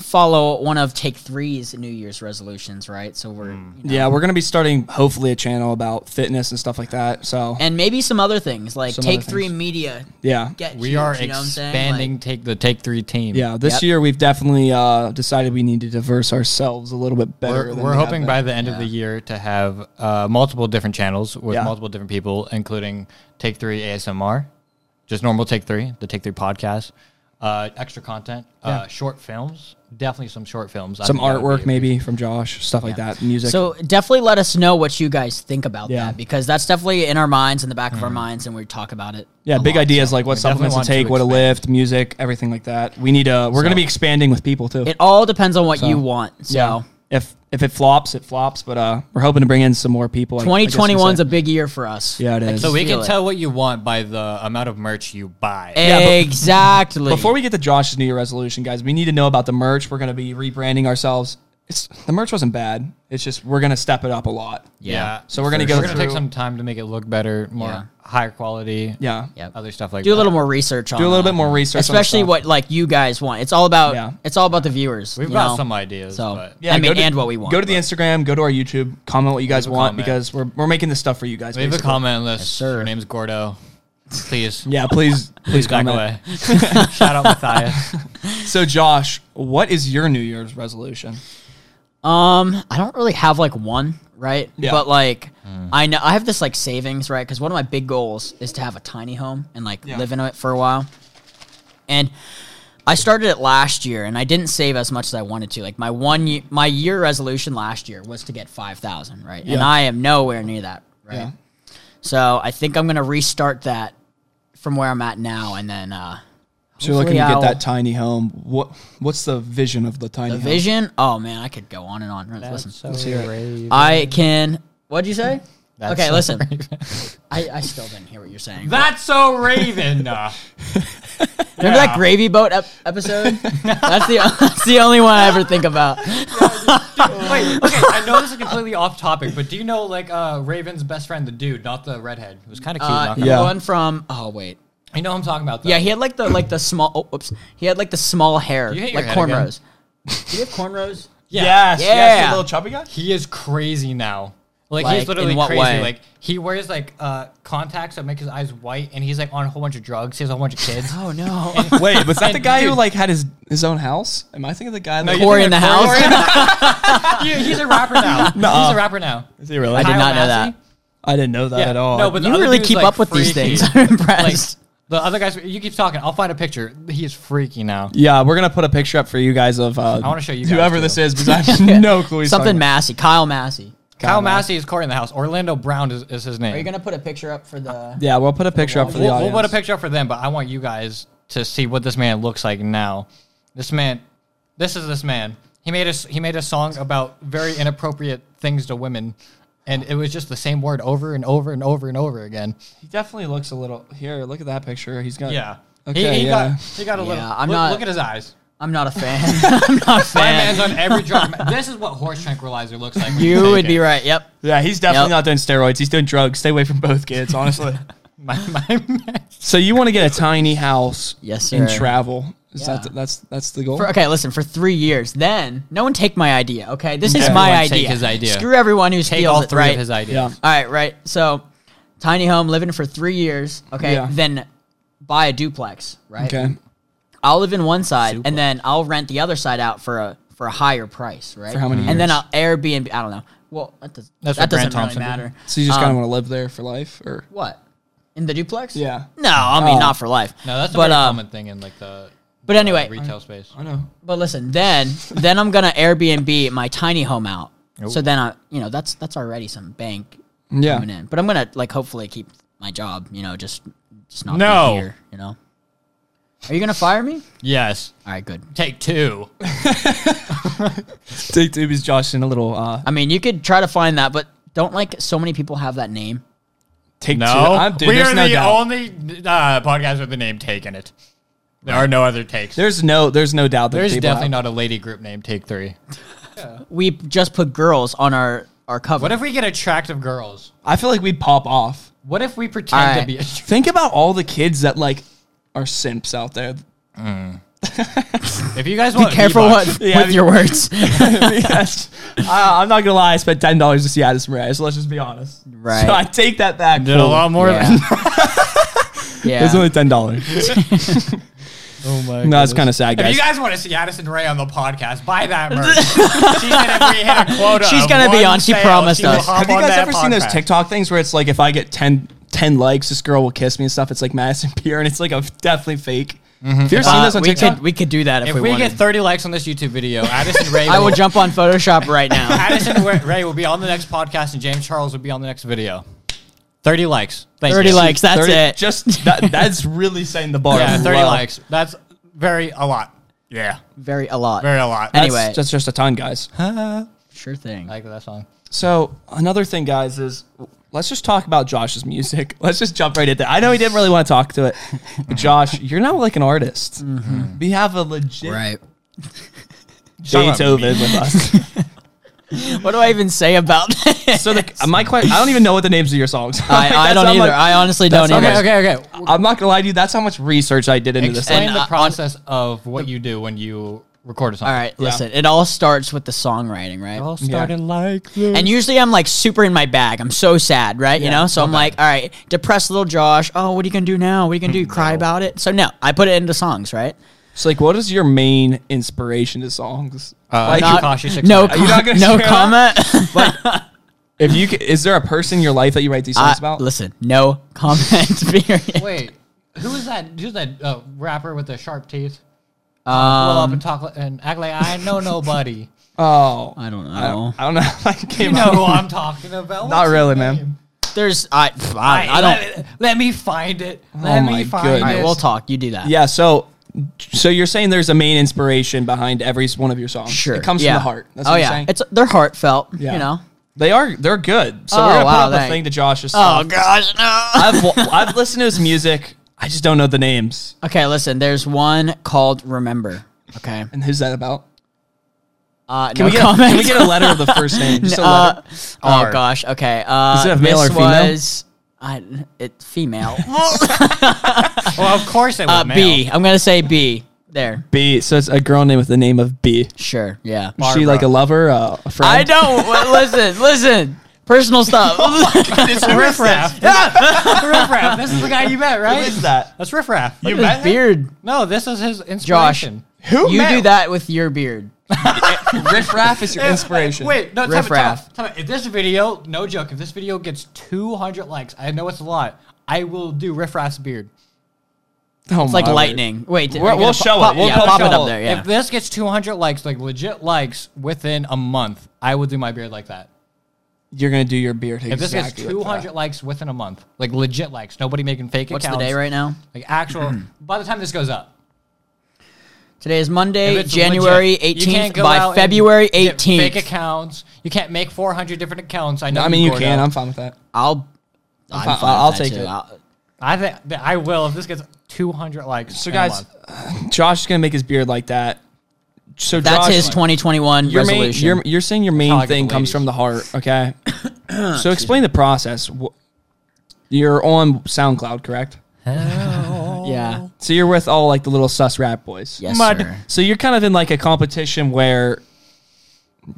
Speaker 2: follow one of Take Three's New Year's resolutions, right? So we're
Speaker 3: Hmm.
Speaker 2: you know,
Speaker 1: Yeah, we're gonna be starting hopefully a channel about fitness and stuff like that. So
Speaker 2: and maybe some other things like
Speaker 1: Some
Speaker 2: Take
Speaker 1: other
Speaker 2: Three
Speaker 1: things.
Speaker 2: Media.
Speaker 1: yeah.
Speaker 2: Get
Speaker 3: we
Speaker 2: huge,
Speaker 3: are
Speaker 2: you know what I'm saying?
Speaker 3: expanding.
Speaker 2: Like,
Speaker 3: take the take three team.
Speaker 1: Yeah, this
Speaker 2: Yep.
Speaker 1: year we've definitely uh, decided we need to diverse ourselves a little bit better.
Speaker 3: We're,
Speaker 1: than
Speaker 3: we're
Speaker 1: we have
Speaker 3: hoping
Speaker 1: been.
Speaker 3: by the end of the year to have uh, multiple different channels with
Speaker 1: Yeah.
Speaker 3: multiple different people, including Take Three ASMR, just normal Take Three, the Take Three podcast, uh, extra content, uh, short films, definitely some short films, I
Speaker 1: some
Speaker 3: think that
Speaker 1: artwork
Speaker 3: would be-
Speaker 1: maybe from Josh, stuff like that, music.
Speaker 2: so definitely let us know what you guys think about
Speaker 1: Yeah. Mm.
Speaker 2: that because that's definitely in our minds, in the back of our minds, and we talk about it.
Speaker 1: Yeah,
Speaker 2: a
Speaker 1: big
Speaker 2: lot.
Speaker 1: ideas like what
Speaker 3: we
Speaker 1: supplements to
Speaker 3: definitely
Speaker 1: take,
Speaker 3: want
Speaker 1: what to
Speaker 3: to
Speaker 1: lift, music, everything like that. We need to. We're going to
Speaker 3: So-
Speaker 1: be expanding with people too.
Speaker 2: It all depends on what you want. So.
Speaker 1: If if it flops, it flops. But uh, we're hoping to bring in some more people. I- I guess we
Speaker 2: 2021's a
Speaker 1: said.
Speaker 2: big year for us.
Speaker 1: Yeah, it
Speaker 2: I
Speaker 1: is.
Speaker 2: can
Speaker 3: So we
Speaker 2: feel
Speaker 3: can
Speaker 2: it.
Speaker 3: tell what you want by the amount of merch you buy.
Speaker 1: but-
Speaker 2: exactly.
Speaker 1: Before we get to Josh's New Year resolution, guys, we need to know about the merch. We're going to be rebranding ourselves. It's the merch wasn't bad. It's just we're going to step it up a lot.
Speaker 2: Yeah.
Speaker 1: So we're gonna
Speaker 3: for
Speaker 1: go
Speaker 3: sure. We're gonna take
Speaker 1: through-
Speaker 3: some time to make it look better, more
Speaker 2: Yeah.
Speaker 3: higher quality.
Speaker 1: Yeah.
Speaker 2: Yep.
Speaker 3: Other stuff like
Speaker 2: do a
Speaker 3: that.
Speaker 2: little more research on
Speaker 1: Do a little
Speaker 2: that.
Speaker 1: bit more research, on
Speaker 2: especially
Speaker 1: stuff.
Speaker 2: what like you guys want. It's all about
Speaker 1: Yeah.
Speaker 2: it's all about the viewers.
Speaker 3: We've
Speaker 2: you
Speaker 3: got
Speaker 2: know?
Speaker 3: some ideas,
Speaker 2: So
Speaker 3: but
Speaker 2: I mean,
Speaker 1: go to-
Speaker 2: and what we want.
Speaker 1: Go to the Instagram. Go to our YouTube. Comment what you guys
Speaker 3: a
Speaker 1: want
Speaker 3: comment.
Speaker 1: because we're, we're making this stuff for you guys.
Speaker 3: leave a
Speaker 1: basically.
Speaker 3: comment unless
Speaker 2: sir.
Speaker 3: your name's Gordo. Please,
Speaker 1: Yeah, please please
Speaker 3: please back
Speaker 1: comment.
Speaker 3: away. Shout out Matthias.
Speaker 1: So Josh, what is your New Year's resolution?
Speaker 2: Um, I don't really have like one, right?
Speaker 1: Yeah.
Speaker 2: But like, I know I have this like savings, right? Because one of my big goals is to have a tiny home and like
Speaker 1: Yeah.
Speaker 2: live in it for a while. And I started it last year, and I didn't save as much as I wanted to. Like my one, ye- my year resolution last year was to get five thousand, right? And
Speaker 1: Yeah.
Speaker 2: I am nowhere near that, right?
Speaker 1: Yeah.
Speaker 2: So I think I'm gonna restart that from where I'm at now, and then uh,
Speaker 1: So you're looking to
Speaker 2: Hopefully
Speaker 1: get
Speaker 2: I'll-
Speaker 1: that tiny home. What what's the vision of the tiny
Speaker 2: The
Speaker 1: home?
Speaker 2: vision. Oh man, I could go on and on. listen,
Speaker 1: hear it.
Speaker 3: Uh,
Speaker 2: I can. What'd you say?
Speaker 3: That's
Speaker 2: okay,
Speaker 3: so
Speaker 2: listen.
Speaker 3: Raven.
Speaker 2: I, I still didn't hear what you're saying.
Speaker 3: That's so Raven. uh,
Speaker 2: Remember
Speaker 3: yeah.
Speaker 2: that gravy boat ep- episode? that's the that's the only one I ever think about.
Speaker 3: Wait, okay, I know this is completely off topic, but do you know like uh, Raven's best friend, the dude, not the redhead? It was kind of cute.
Speaker 2: Uh,
Speaker 3: not gonna
Speaker 1: Yeah.
Speaker 2: The one from. Oh wait.
Speaker 3: lie. You know who I'm talking about. Though.
Speaker 2: Yeah, he had like the like the small. Oh, whoops. He had like the small hair,
Speaker 3: You hit your
Speaker 2: like
Speaker 3: head again.
Speaker 2: cornrows. Do you have cornrows?
Speaker 1: Yes.
Speaker 2: Yeah.
Speaker 1: Yes. The little chubby guy.
Speaker 3: he is crazy now. Like,
Speaker 2: Like,
Speaker 3: he's literally
Speaker 2: in what
Speaker 3: crazy.
Speaker 2: way?
Speaker 3: Like he wears like uh, contacts that make his eyes white, and he's like on a whole bunch of drugs. He has a whole bunch of kids.
Speaker 2: Oh no.
Speaker 1: Wait, was that the
Speaker 3: And
Speaker 1: guy who
Speaker 3: dude-
Speaker 1: like had his his own house? Am I thinking of the guy? that
Speaker 3: you
Speaker 2: Corey
Speaker 3: think
Speaker 2: in the
Speaker 3: of
Speaker 2: house.
Speaker 3: Corey? Yeah, he's a rapper now.
Speaker 1: Nuh-uh.
Speaker 3: He's a rapper now.
Speaker 1: Is he really?
Speaker 2: I did
Speaker 3: Kyle
Speaker 2: not know that.
Speaker 3: Massey?
Speaker 1: I didn't know that
Speaker 3: Yeah.
Speaker 1: at all.
Speaker 3: No, but the
Speaker 2: You
Speaker 3: other
Speaker 2: really
Speaker 3: dude is,
Speaker 2: keep
Speaker 3: like,
Speaker 2: up with these
Speaker 3: freaky.
Speaker 2: things. I'm
Speaker 3: Like,
Speaker 2: impressed.
Speaker 3: the other guys, you keep talking. I'll find a picture. He is freaky now.
Speaker 1: yeah, we're gonna put a picture up for you guys of. Uh,
Speaker 3: I wanna show you guys,
Speaker 1: whoever
Speaker 3: too.
Speaker 1: this is because I have no clue. who he's
Speaker 2: Something
Speaker 1: talking about.
Speaker 2: Massey. Kyle Massey.
Speaker 3: Kyle Massey is Corey in the house. Orlando Brown is, is his name.
Speaker 2: Are you gonna put a picture up for the?
Speaker 1: Yeah, we'll put a picture up for the
Speaker 3: we'll, we'll
Speaker 1: audience.
Speaker 3: put a picture up for them, but I want you guys to see what this man looks like now. This man, this is this man. He made us. He made a song about very inappropriate things to women, and it was just the same word over and over and over and over again.
Speaker 1: He definitely looks a little. Here, look at that picture. He's got.
Speaker 3: Yeah.
Speaker 1: Uh, Okay,
Speaker 3: he, he
Speaker 1: yeah.
Speaker 3: got he got a little.
Speaker 2: Yeah, I'm
Speaker 3: look,
Speaker 2: not-
Speaker 3: look at his eyes.
Speaker 2: I'm not a fan. I'm not a
Speaker 3: My
Speaker 2: fan.
Speaker 3: man's on every drug. this is what horse tranquilizer looks like. when
Speaker 2: You
Speaker 3: take
Speaker 2: would be
Speaker 3: it.
Speaker 2: right. Yep.
Speaker 1: Yeah, he's definitely
Speaker 2: Yep.
Speaker 1: not doing steroids. He's doing drugs. Stay away from both kids, honestly.
Speaker 3: My, my man.
Speaker 1: so you want to get a tiny house?
Speaker 2: Yes,
Speaker 1: And
Speaker 2: sir.
Speaker 1: travel. Is
Speaker 2: Yeah.
Speaker 1: that that's that's the goal?
Speaker 2: For, okay, listen. For three years, then no one take my idea. Okay, this is
Speaker 3: Everyone
Speaker 2: my
Speaker 3: take
Speaker 2: idea.
Speaker 3: his idea.
Speaker 2: Screw everyone who
Speaker 3: Take
Speaker 2: steals
Speaker 3: all
Speaker 2: it.
Speaker 3: three
Speaker 2: Right.
Speaker 3: of his ideas.
Speaker 1: yeah.
Speaker 2: All right. Right. So, tiny home, living for three years. Okay.
Speaker 1: Yeah.
Speaker 2: Then buy a duplex. Right.
Speaker 1: Okay.
Speaker 2: I'll live in one side, and then I'll rent the other side out for a for a higher price. Right.
Speaker 1: For how many
Speaker 2: And then
Speaker 1: years?
Speaker 2: I'll Airbnb. I don't know. Well, that, does,
Speaker 3: That's
Speaker 2: that
Speaker 3: what Grant
Speaker 2: doesn't really
Speaker 3: Thompson did.
Speaker 2: matter.
Speaker 1: So you just kind of
Speaker 2: Um,
Speaker 1: want to live there for life, or
Speaker 2: What? In the duplex?
Speaker 1: Yeah.
Speaker 2: No, I mean
Speaker 1: Oh.
Speaker 2: not for life.
Speaker 3: No, that's a
Speaker 2: but
Speaker 3: very
Speaker 2: um,
Speaker 3: common thing in like the
Speaker 2: but anyway,
Speaker 3: retail space.
Speaker 1: I know.
Speaker 2: but listen, then then I'm gonna Airbnb my tiny home out. So then I, you know, that's that's already some bank
Speaker 1: Yeah.
Speaker 2: coming in. But I'm gonna like hopefully keep my job. You know, just just not
Speaker 3: No.
Speaker 2: be here. You know, are you gonna fire me?
Speaker 3: Yes.
Speaker 2: All right, good.
Speaker 3: Take two.
Speaker 1: Take Tubby's Josh in a little uh,
Speaker 2: I mean, you could try to find that, but don't like so many people have that name.
Speaker 1: take
Speaker 3: No,
Speaker 1: two. I'm, dude,
Speaker 3: we
Speaker 1: there's
Speaker 3: are
Speaker 1: no
Speaker 3: the
Speaker 1: doubt.
Speaker 3: only uh, podcast with the name Take in it. There are no other takes.
Speaker 1: There's no there's no doubt that
Speaker 3: There's
Speaker 1: people
Speaker 3: definitely
Speaker 1: have-
Speaker 3: not a lady group named Take Three.
Speaker 2: We just put girls on our our cover.
Speaker 3: What if we get attractive girls?
Speaker 1: I feel like we'd pop off.
Speaker 3: What if we pretend to
Speaker 2: Alright.
Speaker 3: be?
Speaker 1: Think about all the kids that like are simps out there.
Speaker 3: If you guys
Speaker 2: be
Speaker 3: want,
Speaker 2: careful
Speaker 3: V-Bucks-
Speaker 2: what,
Speaker 1: Yeah,
Speaker 2: with
Speaker 1: I
Speaker 2: your words?
Speaker 1: Yes. I, I'm not gonna lie. I spent ten dollars to see Addis Murray. So let's just be honest.
Speaker 2: Right.
Speaker 1: So I take that back.
Speaker 3: Did a
Speaker 1: fully.
Speaker 3: lot more.
Speaker 2: yeah.
Speaker 3: Than,
Speaker 1: It
Speaker 2: yeah.
Speaker 1: was only ten dollars.
Speaker 3: oh my!
Speaker 1: no, it's kind of sad,
Speaker 3: If
Speaker 1: guys.
Speaker 3: you guys want to see Addison Ray on the podcast, buy that merch. she said if we hit a quota,
Speaker 2: She's
Speaker 3: of
Speaker 2: gonna be
Speaker 3: one
Speaker 2: on. She
Speaker 3: sale,
Speaker 2: promised
Speaker 3: will
Speaker 2: us.
Speaker 3: hop
Speaker 1: have you
Speaker 3: on
Speaker 1: guys
Speaker 3: that
Speaker 1: ever seen those
Speaker 3: podcast.
Speaker 1: TikTok things where it's like if I get 10, 10 likes, this girl will kiss me and stuff? It's like Madison Pierre, and it's like a definitely fake.
Speaker 3: Mm-hmm.
Speaker 1: Have you ever seen
Speaker 2: Uh,
Speaker 1: those on
Speaker 2: we
Speaker 1: TikTok?
Speaker 2: could we could do that if,
Speaker 3: If
Speaker 2: we,
Speaker 3: we,
Speaker 2: wanted.
Speaker 3: get 30 likes on this YouTube video, Addison Ray,
Speaker 2: I
Speaker 3: will-
Speaker 2: will jump on Photoshop right now.
Speaker 3: Addison Ray will be on the next podcast, and James Charles will be on the next video. 30 likes. Thank
Speaker 2: 30
Speaker 3: you.
Speaker 2: likes. That's
Speaker 1: 30
Speaker 2: it.
Speaker 1: Just that, that's really setting the bar.
Speaker 3: Yeah, 30
Speaker 1: low.
Speaker 3: likes. That's very a lot. Yeah,
Speaker 2: Very a lot.
Speaker 3: very a lot.
Speaker 2: That's-
Speaker 1: That's
Speaker 2: Anyway.
Speaker 1: just, just a ton, guys.
Speaker 2: sure thing.
Speaker 3: I like that song.
Speaker 1: So another thing, guys, is let's just talk about Josh's music. Let's just jump right into. it. I know he didn't really want to talk to it, but Josh, you're not like an artist. We have a legit
Speaker 2: right.
Speaker 1: Beethoven with us.
Speaker 2: What do I even say about this?
Speaker 1: So the, my question, I don't even know what the names of your songs. Are. Like,
Speaker 2: I, I
Speaker 1: that's
Speaker 2: don't
Speaker 1: how
Speaker 2: either.
Speaker 1: much-
Speaker 2: I honestly
Speaker 1: that's
Speaker 2: don't
Speaker 1: how
Speaker 2: either.
Speaker 1: much-
Speaker 3: okay, okay.
Speaker 1: I'm not gonna lie to you. That's how much research I did into this.
Speaker 3: Explain
Speaker 2: And, uh,
Speaker 3: the
Speaker 2: on-
Speaker 3: process of what you do when you record a song.
Speaker 2: All right, listen. It all starts with the songwriting, right?
Speaker 1: started
Speaker 3: like this.
Speaker 2: and usually I'm like super in my bag. I'm so sad, right? you
Speaker 1: Yeah,
Speaker 2: know? So I'm like, all right, depressed little Josh. Oh, what are you going to do now? What are you going to do? Cry about it? So no, I put it into songs, right?
Speaker 1: So like, what is your main inspiration to songs?
Speaker 3: Uh,
Speaker 1: like,
Speaker 3: not-
Speaker 1: you-
Speaker 3: Takashi Six
Speaker 2: no,
Speaker 3: Nine.
Speaker 1: Are you not gonna
Speaker 2: no
Speaker 1: share
Speaker 2: comment.
Speaker 1: if you ca- is there a person in your life that you write these songs
Speaker 2: Uh,
Speaker 1: about?
Speaker 2: listen, no comment. period.
Speaker 3: Wait, who is that? Who's that uh, rapper with the sharp teeth? Blow up
Speaker 2: Um,
Speaker 3: and talk li- and act like I know nobody.
Speaker 1: Oh,
Speaker 2: I don't know.
Speaker 1: I don't, I don't know. I
Speaker 3: you
Speaker 1: came
Speaker 3: know
Speaker 1: up-
Speaker 3: who I'm talking
Speaker 1: Not
Speaker 3: about. What's
Speaker 1: really,
Speaker 3: his
Speaker 1: man.
Speaker 3: name?
Speaker 2: There's I pff, I,
Speaker 3: Hey,
Speaker 2: I don't.
Speaker 3: Let, let me find it. Let
Speaker 1: my
Speaker 3: me find
Speaker 1: goodness.
Speaker 2: All right,
Speaker 3: it.
Speaker 2: we'll talk. You do that.
Speaker 1: Yeah. So So you're saying there's a main inspiration behind every one of your songs.
Speaker 2: Sure,
Speaker 1: it comes
Speaker 2: yeah.
Speaker 1: from the heart. That's
Speaker 2: oh
Speaker 1: what
Speaker 2: yeah,
Speaker 1: I'm saying.
Speaker 2: it's they're heartfelt.
Speaker 1: Yeah.
Speaker 2: You know.
Speaker 1: they are they're good. So
Speaker 2: Oh,
Speaker 1: we're gonna
Speaker 2: wow,
Speaker 1: put up a
Speaker 2: thank-
Speaker 1: thing to Josh's.
Speaker 2: Oh
Speaker 1: Song.
Speaker 2: gosh, no.
Speaker 1: I've wa- I've listened to his music. I just don't know the names.
Speaker 2: Okay, listen. There's one called Remember. Okay.
Speaker 1: And who's that about?
Speaker 2: Uh,
Speaker 1: Can
Speaker 2: no
Speaker 1: we get
Speaker 2: comment.
Speaker 1: can we get a letter of the first name? Just a
Speaker 2: Uh,
Speaker 1: letter.
Speaker 2: oh gosh. Okay. Uh,
Speaker 1: Does it have male
Speaker 2: this
Speaker 1: or female?
Speaker 2: Was, I, it female.
Speaker 3: Well, of course it was
Speaker 2: uh,
Speaker 3: male.
Speaker 2: B. I'm gonna say B. There.
Speaker 1: B. So it's a girl name with the name of B.
Speaker 2: Sure. Yeah.
Speaker 1: Is she like a lover, uh, a friend?
Speaker 2: I don't well, listen. Listen. Personal stuff.
Speaker 3: It's Riff Raff. Riff Raff. This is the guy you met, right?
Speaker 1: Who is that?
Speaker 3: That's Riff Raff.
Speaker 1: You
Speaker 2: His beard.
Speaker 3: no, this is his inspiration.
Speaker 1: Who
Speaker 2: You
Speaker 1: met-
Speaker 2: do that with your beard.
Speaker 1: Riff Raff is your inspiration.
Speaker 3: Wait, no,
Speaker 2: Riff
Speaker 3: time,
Speaker 2: Raff.
Speaker 3: Time, time, If this video, no joke, if this video gets 200 likes, I know it's a lot. I will do Riff Raff's beard.
Speaker 1: Oh,
Speaker 2: It's like
Speaker 1: my word.
Speaker 2: lightning. Wait.
Speaker 1: We'll-
Speaker 2: I'm gonna
Speaker 1: we'll
Speaker 2: pop-
Speaker 1: show it.
Speaker 2: pop-
Speaker 1: We'll
Speaker 2: yeah,
Speaker 1: pop
Speaker 2: pop
Speaker 1: show
Speaker 2: it up
Speaker 1: it.
Speaker 2: there. Yeah.
Speaker 3: If this gets 200 likes, like legit likes, within a month, I will do my beard like that.
Speaker 1: You're gonna do your beard
Speaker 3: If this
Speaker 1: exactly.
Speaker 3: gets
Speaker 1: like
Speaker 3: 200
Speaker 1: that.
Speaker 3: likes within a month, like legit likes, nobody making fake
Speaker 2: What's the
Speaker 3: accounts.
Speaker 2: day right now?
Speaker 3: Like actual. by the time this goes up,
Speaker 2: Today is
Speaker 3: if
Speaker 2: Monday,
Speaker 3: it's
Speaker 2: January
Speaker 3: legit, you can't
Speaker 2: 18th.
Speaker 3: go out
Speaker 2: By
Speaker 3: and
Speaker 2: February
Speaker 3: get
Speaker 2: 18th,
Speaker 3: fake accounts. You can't make 400 different accounts. I know.
Speaker 1: I mean, you
Speaker 3: Gordo.
Speaker 1: can. I'm fine with that.
Speaker 2: I'll. I'm
Speaker 1: fi-
Speaker 2: fine with
Speaker 1: I'll
Speaker 2: that,
Speaker 1: take
Speaker 2: too.
Speaker 1: it.
Speaker 2: I'll-
Speaker 3: I think that I will if this gets 200 likes.
Speaker 1: So
Speaker 3: in a
Speaker 1: guys,
Speaker 3: month.
Speaker 1: Josh is gonna make his beard like that. So
Speaker 2: That's
Speaker 1: Josh,
Speaker 2: his 2021
Speaker 1: your main,
Speaker 2: resolution.
Speaker 1: you're, you're saying your
Speaker 3: how I
Speaker 1: main
Speaker 3: get the
Speaker 1: thing comes
Speaker 3: ladies.
Speaker 1: from the heart, okay? so explain the process. Wh- You're on SoundCloud, correct?
Speaker 2: yeah.
Speaker 1: So you're with all like the little sus rap boys.
Speaker 2: Yes, sir.
Speaker 1: So you're kind of in like a competition where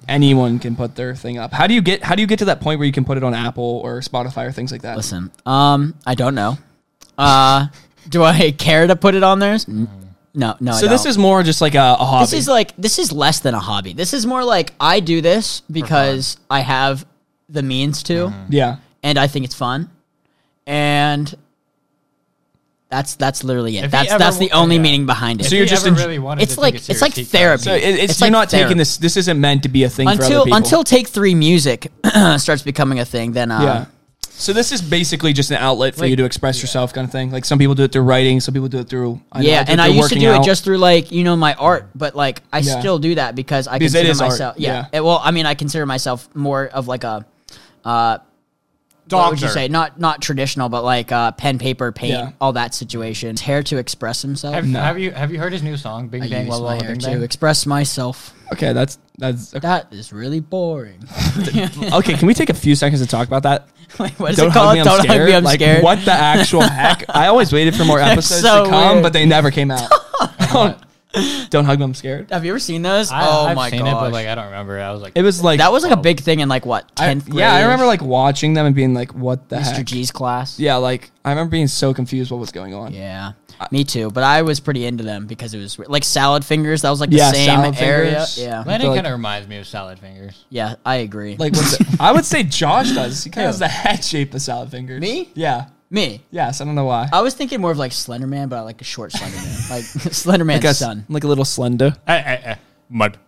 Speaker 1: anyone can put their thing up. How do you get how do you get to that point where you can put it on Apple or Spotify or things like that?
Speaker 2: Listen, um, I don't know. Uh, do I care to put it on theirs? N- No, no. I
Speaker 1: so this
Speaker 2: don't.
Speaker 1: is more just like a, a hobby.
Speaker 2: this is like this is less than a hobby. This is more like I do this because I have the means to,
Speaker 1: yeah.
Speaker 2: and I think it's fun, and that's that's literally it.
Speaker 3: If he
Speaker 2: that's
Speaker 3: ever
Speaker 2: that's the
Speaker 3: wa-
Speaker 2: only
Speaker 3: yeah.
Speaker 2: meaning behind it.
Speaker 1: So you're
Speaker 3: If he
Speaker 1: just
Speaker 3: ever
Speaker 1: enj-
Speaker 3: really wanted
Speaker 2: it's
Speaker 3: to
Speaker 2: like
Speaker 3: take it
Speaker 2: it's like
Speaker 3: serious, he could.
Speaker 2: therapy.
Speaker 1: So it, it's,
Speaker 2: like
Speaker 1: you're not
Speaker 2: therapy.
Speaker 1: taking this. This isn't meant to be a thing for other
Speaker 2: until
Speaker 1: people.
Speaker 2: until Take Three music starts becoming a thing. Then uh,
Speaker 1: yeah. So this is basically just an outlet for
Speaker 3: Like-
Speaker 1: you to express yourself, kind of thing. Like some people do it through writing, some people do it through I know
Speaker 2: yeah,
Speaker 1: do it
Speaker 2: and I
Speaker 1: through
Speaker 2: used to
Speaker 1: working
Speaker 2: do
Speaker 1: out.
Speaker 2: it just through like you know my art, but like I
Speaker 1: Yeah.
Speaker 2: still do that because I
Speaker 1: Because it
Speaker 2: consider
Speaker 1: is art,
Speaker 2: myself. Yeah.
Speaker 1: yeah.
Speaker 2: eh, well, I mean, I consider myself more of like a uh, what would you
Speaker 3: Doctor.
Speaker 2: say? Not not traditional, but like uh, pen, paper, paint,
Speaker 1: Yeah.
Speaker 2: all that situation. Hair to express himself.
Speaker 3: Have,
Speaker 1: No.
Speaker 3: have you have you heard his new song, Bing
Speaker 2: I
Speaker 3: Bang
Speaker 2: use
Speaker 3: Well
Speaker 2: my
Speaker 3: Well
Speaker 2: hair
Speaker 3: Bing
Speaker 2: to
Speaker 3: Bang?
Speaker 2: express myself.
Speaker 1: okay. That's that's okay.
Speaker 2: That is really boring.
Speaker 1: okay. Can we take a few seconds to talk about that?
Speaker 2: Wait, what is it called? Don't hug me, I'm
Speaker 1: like,
Speaker 2: scared.
Speaker 1: What the actual heck? I always waited for more episodes
Speaker 2: so
Speaker 1: to come,
Speaker 2: weird.
Speaker 1: but they never came out. don't, don't hug me. I'm scared.
Speaker 2: Have you ever seen those?
Speaker 3: I,
Speaker 2: oh
Speaker 3: I've
Speaker 2: my
Speaker 3: seen
Speaker 2: gosh.
Speaker 3: it, but like oh. I don't remember. I was like,
Speaker 1: It was like
Speaker 2: that was like a
Speaker 3: Wow.
Speaker 2: big thing in like what
Speaker 1: I-
Speaker 2: tenth grade.
Speaker 1: yeah. I remember like watching them and being like, "What the
Speaker 2: Mr.
Speaker 1: heck?"
Speaker 2: G's class.
Speaker 1: Yeah, like I remember being so confused what was going on.
Speaker 2: Yeah, me too. But I was pretty into them because it was like salad fingers. That was like the
Speaker 1: Yeah,
Speaker 2: same
Speaker 1: Salad
Speaker 2: area.
Speaker 1: Fingers.
Speaker 2: Yeah,
Speaker 3: Lennon
Speaker 1: like-
Speaker 3: kind of reminds me of Salad Fingers.
Speaker 2: yeah, I agree.
Speaker 1: Like what's it? I would say Josh does. He kind of has the head shape of salad fingers.
Speaker 2: Me?
Speaker 1: Yeah.
Speaker 2: me,
Speaker 1: Yes. I don't know why.
Speaker 2: I was thinking more of like Slenderman, but I like a short Slenderman, like
Speaker 1: like
Speaker 2: Slenderman's
Speaker 1: a,
Speaker 2: son.
Speaker 1: like a little slender.
Speaker 3: mud.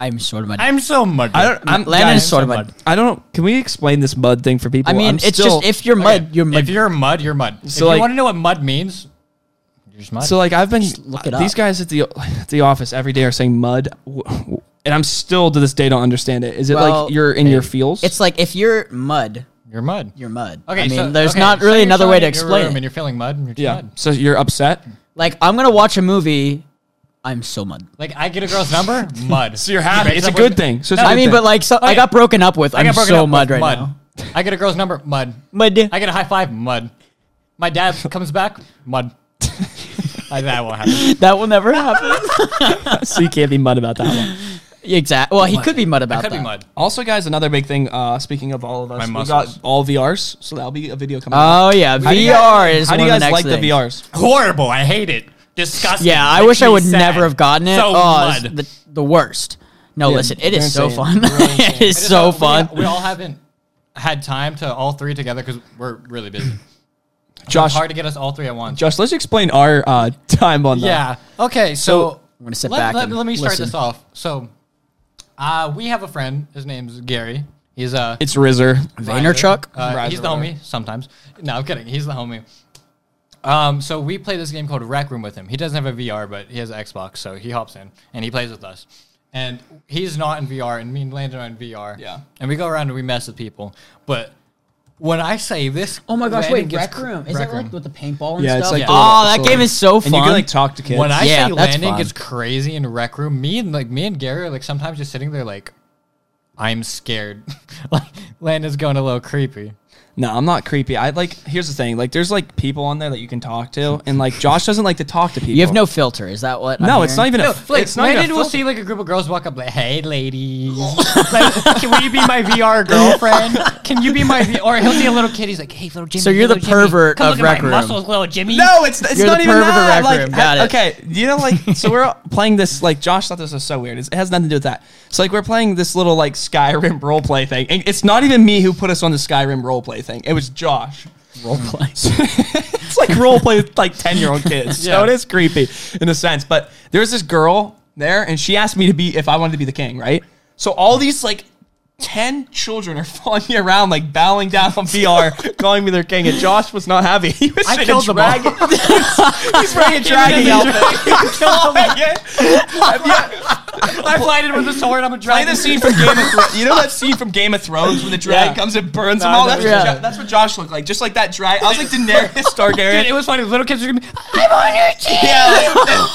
Speaker 2: I'm sort of a.
Speaker 3: I'm so mud.
Speaker 1: I don't. I'm,
Speaker 2: Lennon
Speaker 1: guys,
Speaker 2: is sort of
Speaker 3: I'm
Speaker 2: a.
Speaker 3: so
Speaker 1: I don't. Can we explain this mud thing for people?
Speaker 2: I mean,
Speaker 1: I'm
Speaker 2: it's
Speaker 1: still-
Speaker 2: just if you're mud, you're mud.
Speaker 3: If you're mud, you're mud.
Speaker 1: So,
Speaker 3: if
Speaker 1: like-
Speaker 3: you want to know what mud means, you're just mud.
Speaker 1: So like I've been
Speaker 2: look it
Speaker 1: these
Speaker 2: up.
Speaker 1: guys at the at the office every day are saying mud, w- w- and I'm still to this day don't understand it. Is it
Speaker 2: Well,
Speaker 1: like you're in your feels?
Speaker 2: it's like if you're mud,
Speaker 3: you're mud.
Speaker 2: you're mud.
Speaker 3: Okay,
Speaker 2: I mean,
Speaker 3: so-
Speaker 2: there's
Speaker 3: okay,
Speaker 2: not
Speaker 3: so
Speaker 2: really
Speaker 3: you're
Speaker 2: another
Speaker 3: sitting
Speaker 2: way to
Speaker 3: in your
Speaker 2: explain
Speaker 3: room
Speaker 2: it.
Speaker 3: And you're feeling mud, and you're just
Speaker 1: yeah.
Speaker 3: mud.
Speaker 1: So you're upset.
Speaker 2: Like I'm gonna watch a movie. I'm so mud.
Speaker 3: Like I get a girl's number, mud.
Speaker 1: So you're happy.
Speaker 3: Breaks
Speaker 1: It's a
Speaker 3: up with
Speaker 1: good
Speaker 3: me-
Speaker 1: thing. So it's a
Speaker 2: I
Speaker 1: good
Speaker 2: mean,
Speaker 1: thing.
Speaker 2: but like, so I
Speaker 3: yeah.
Speaker 2: got broken up with.
Speaker 3: I
Speaker 2: I'm
Speaker 3: got broken
Speaker 2: so
Speaker 3: up
Speaker 2: mud
Speaker 3: with mud.
Speaker 2: right now.
Speaker 3: I get a girl's number, mud.
Speaker 2: Mud.
Speaker 3: I get a high five, mud. My dad comes back, mud. like that won't happen.
Speaker 2: That will never happen.
Speaker 1: so you can't be mud about that one.
Speaker 2: Exactly. Well, he could be mud about
Speaker 3: Could
Speaker 2: that.
Speaker 3: be mud.
Speaker 1: Also, guys, another big thing. Uh, speaking of all of us,
Speaker 3: My
Speaker 1: we got
Speaker 3: muscles.
Speaker 1: all VRs, so that'll be a video coming. out.
Speaker 2: Oh yeah,
Speaker 1: How do
Speaker 2: VR
Speaker 1: you guys-
Speaker 2: is
Speaker 1: How do
Speaker 2: one
Speaker 1: you guys
Speaker 2: of the
Speaker 1: like
Speaker 2: next things.
Speaker 1: the VRs?
Speaker 3: horrible. I hate it. Disgusting.
Speaker 2: Yeah, I
Speaker 3: Makes
Speaker 2: wish I
Speaker 3: me
Speaker 2: would
Speaker 3: sad.
Speaker 2: never have gotten it.
Speaker 3: So
Speaker 2: oh, it's
Speaker 3: mud.
Speaker 2: the, the worst. No,
Speaker 1: Yeah,
Speaker 2: listen, it
Speaker 1: they're
Speaker 2: is so
Speaker 1: insane.
Speaker 2: fun.
Speaker 1: They're insane.
Speaker 2: it is
Speaker 3: It is
Speaker 2: so
Speaker 3: all-
Speaker 2: fun.
Speaker 3: We, we all haven't had time to all three together because we're really busy.
Speaker 1: Josh,
Speaker 3: It's hard to get us all three at once.
Speaker 1: Josh, let's explain our uh, time on that.
Speaker 3: yeah. Okay. So,
Speaker 2: I'm gonna sit
Speaker 3: let,
Speaker 2: back
Speaker 3: Let,
Speaker 2: and
Speaker 3: let me start
Speaker 2: listen.
Speaker 3: this off. So, uh, we have a friend. His name's Gary. He's a
Speaker 1: it's Rizzer.
Speaker 2: Vaynerchuk?
Speaker 3: Uh,
Speaker 1: Riser,
Speaker 3: he's the
Speaker 1: whatever.
Speaker 3: homie sometimes. No, I'm kidding. He's the homie. Um, so we play this game called Rec Room with him. He doesn't have a VR, but he has an Xbox, so he hops in and he plays with us. And he's not in VR, and me and Landon are in VR.
Speaker 1: Yeah.
Speaker 3: And we go around and we mess with people. But when I say this,
Speaker 2: Oh my gosh!
Speaker 3: Landon
Speaker 2: Wait,
Speaker 3: gets
Speaker 2: rec
Speaker 3: cr-
Speaker 2: room is
Speaker 3: Rec
Speaker 2: that like
Speaker 3: Room.
Speaker 2: with the paintball and
Speaker 1: Yeah, it's
Speaker 2: stuff?
Speaker 1: like
Speaker 3: Yeah.
Speaker 1: the-
Speaker 2: oh, that
Speaker 1: so-
Speaker 2: game is so fun.
Speaker 1: And you can like talk to kids.
Speaker 3: When I
Speaker 2: Yeah,
Speaker 3: say
Speaker 2: that's
Speaker 3: Landon
Speaker 2: fun.
Speaker 3: gets crazy in rec room, me and like me and Gary are like sometimes just sitting there like, I'm scared. like Landon's going a little creepy.
Speaker 1: No, I'm not creepy. I like. Here's the thing. Like, there's like people on there that you can talk to, and like Josh doesn't like to talk to people.
Speaker 2: you have no filter. Is that what? I'm
Speaker 1: No, it's not
Speaker 2: hearing?
Speaker 1: even.
Speaker 3: No,
Speaker 1: a,
Speaker 3: like
Speaker 1: it's not even.
Speaker 3: Landon
Speaker 1: a
Speaker 3: will
Speaker 1: filter.
Speaker 3: see like a group of girls walk up like, "Hey, ladies, like, can you be my VR girlfriend? Can you be my?" V-? Or he'll see a little kid. He's like, "Hey, little Jimmy."
Speaker 2: So you're the
Speaker 3: little Jimmy,
Speaker 2: pervert
Speaker 3: come
Speaker 2: of
Speaker 3: look at my
Speaker 2: Rec Room.
Speaker 3: Muscles, little Jimmy.
Speaker 1: No, it's it's
Speaker 2: You're
Speaker 1: not
Speaker 2: the
Speaker 1: even
Speaker 2: pervert of
Speaker 1: that.
Speaker 2: Rec
Speaker 1: Like,
Speaker 2: Room. Got it.
Speaker 1: Okay, you know, like so we're playing this. Like Josh thought this was so weird. It's- It has nothing to do with that. So like we're playing this little like Skyrim roleplay thing. And it's not even me who put us on the Skyrim roleplay thing. It was Josh.
Speaker 2: role play.
Speaker 1: It's like roleplay with like ten year old kids. So
Speaker 3: Yeah.
Speaker 1: it is creepy in a sense. But there was this girl there, and she asked me to be if I wanted to be the king, right? So all these like. 10 children are following me around, like bowing down on VR, calling me their king. And Josh was not happy. He was
Speaker 3: I
Speaker 1: in a
Speaker 3: killed them all.
Speaker 1: dragon. He's wearing a dragon outfit. Yeah.
Speaker 3: I played it with a sword. I'm a
Speaker 1: Play
Speaker 3: dragon.
Speaker 1: the scene from Game of Thrones. You know that scene from Game of Thrones when the dragon
Speaker 3: Yeah.
Speaker 1: comes and burns them
Speaker 3: No,
Speaker 1: all?
Speaker 3: no,
Speaker 1: That's,
Speaker 2: yeah.
Speaker 1: what jo- that's what Josh looked like. Just like that dragon. I was like Daenerys
Speaker 3: Dude, it
Speaker 1: Targaryen.
Speaker 3: was funny. Little kids are gonna be. I'm on your team.
Speaker 1: Yeah. And then-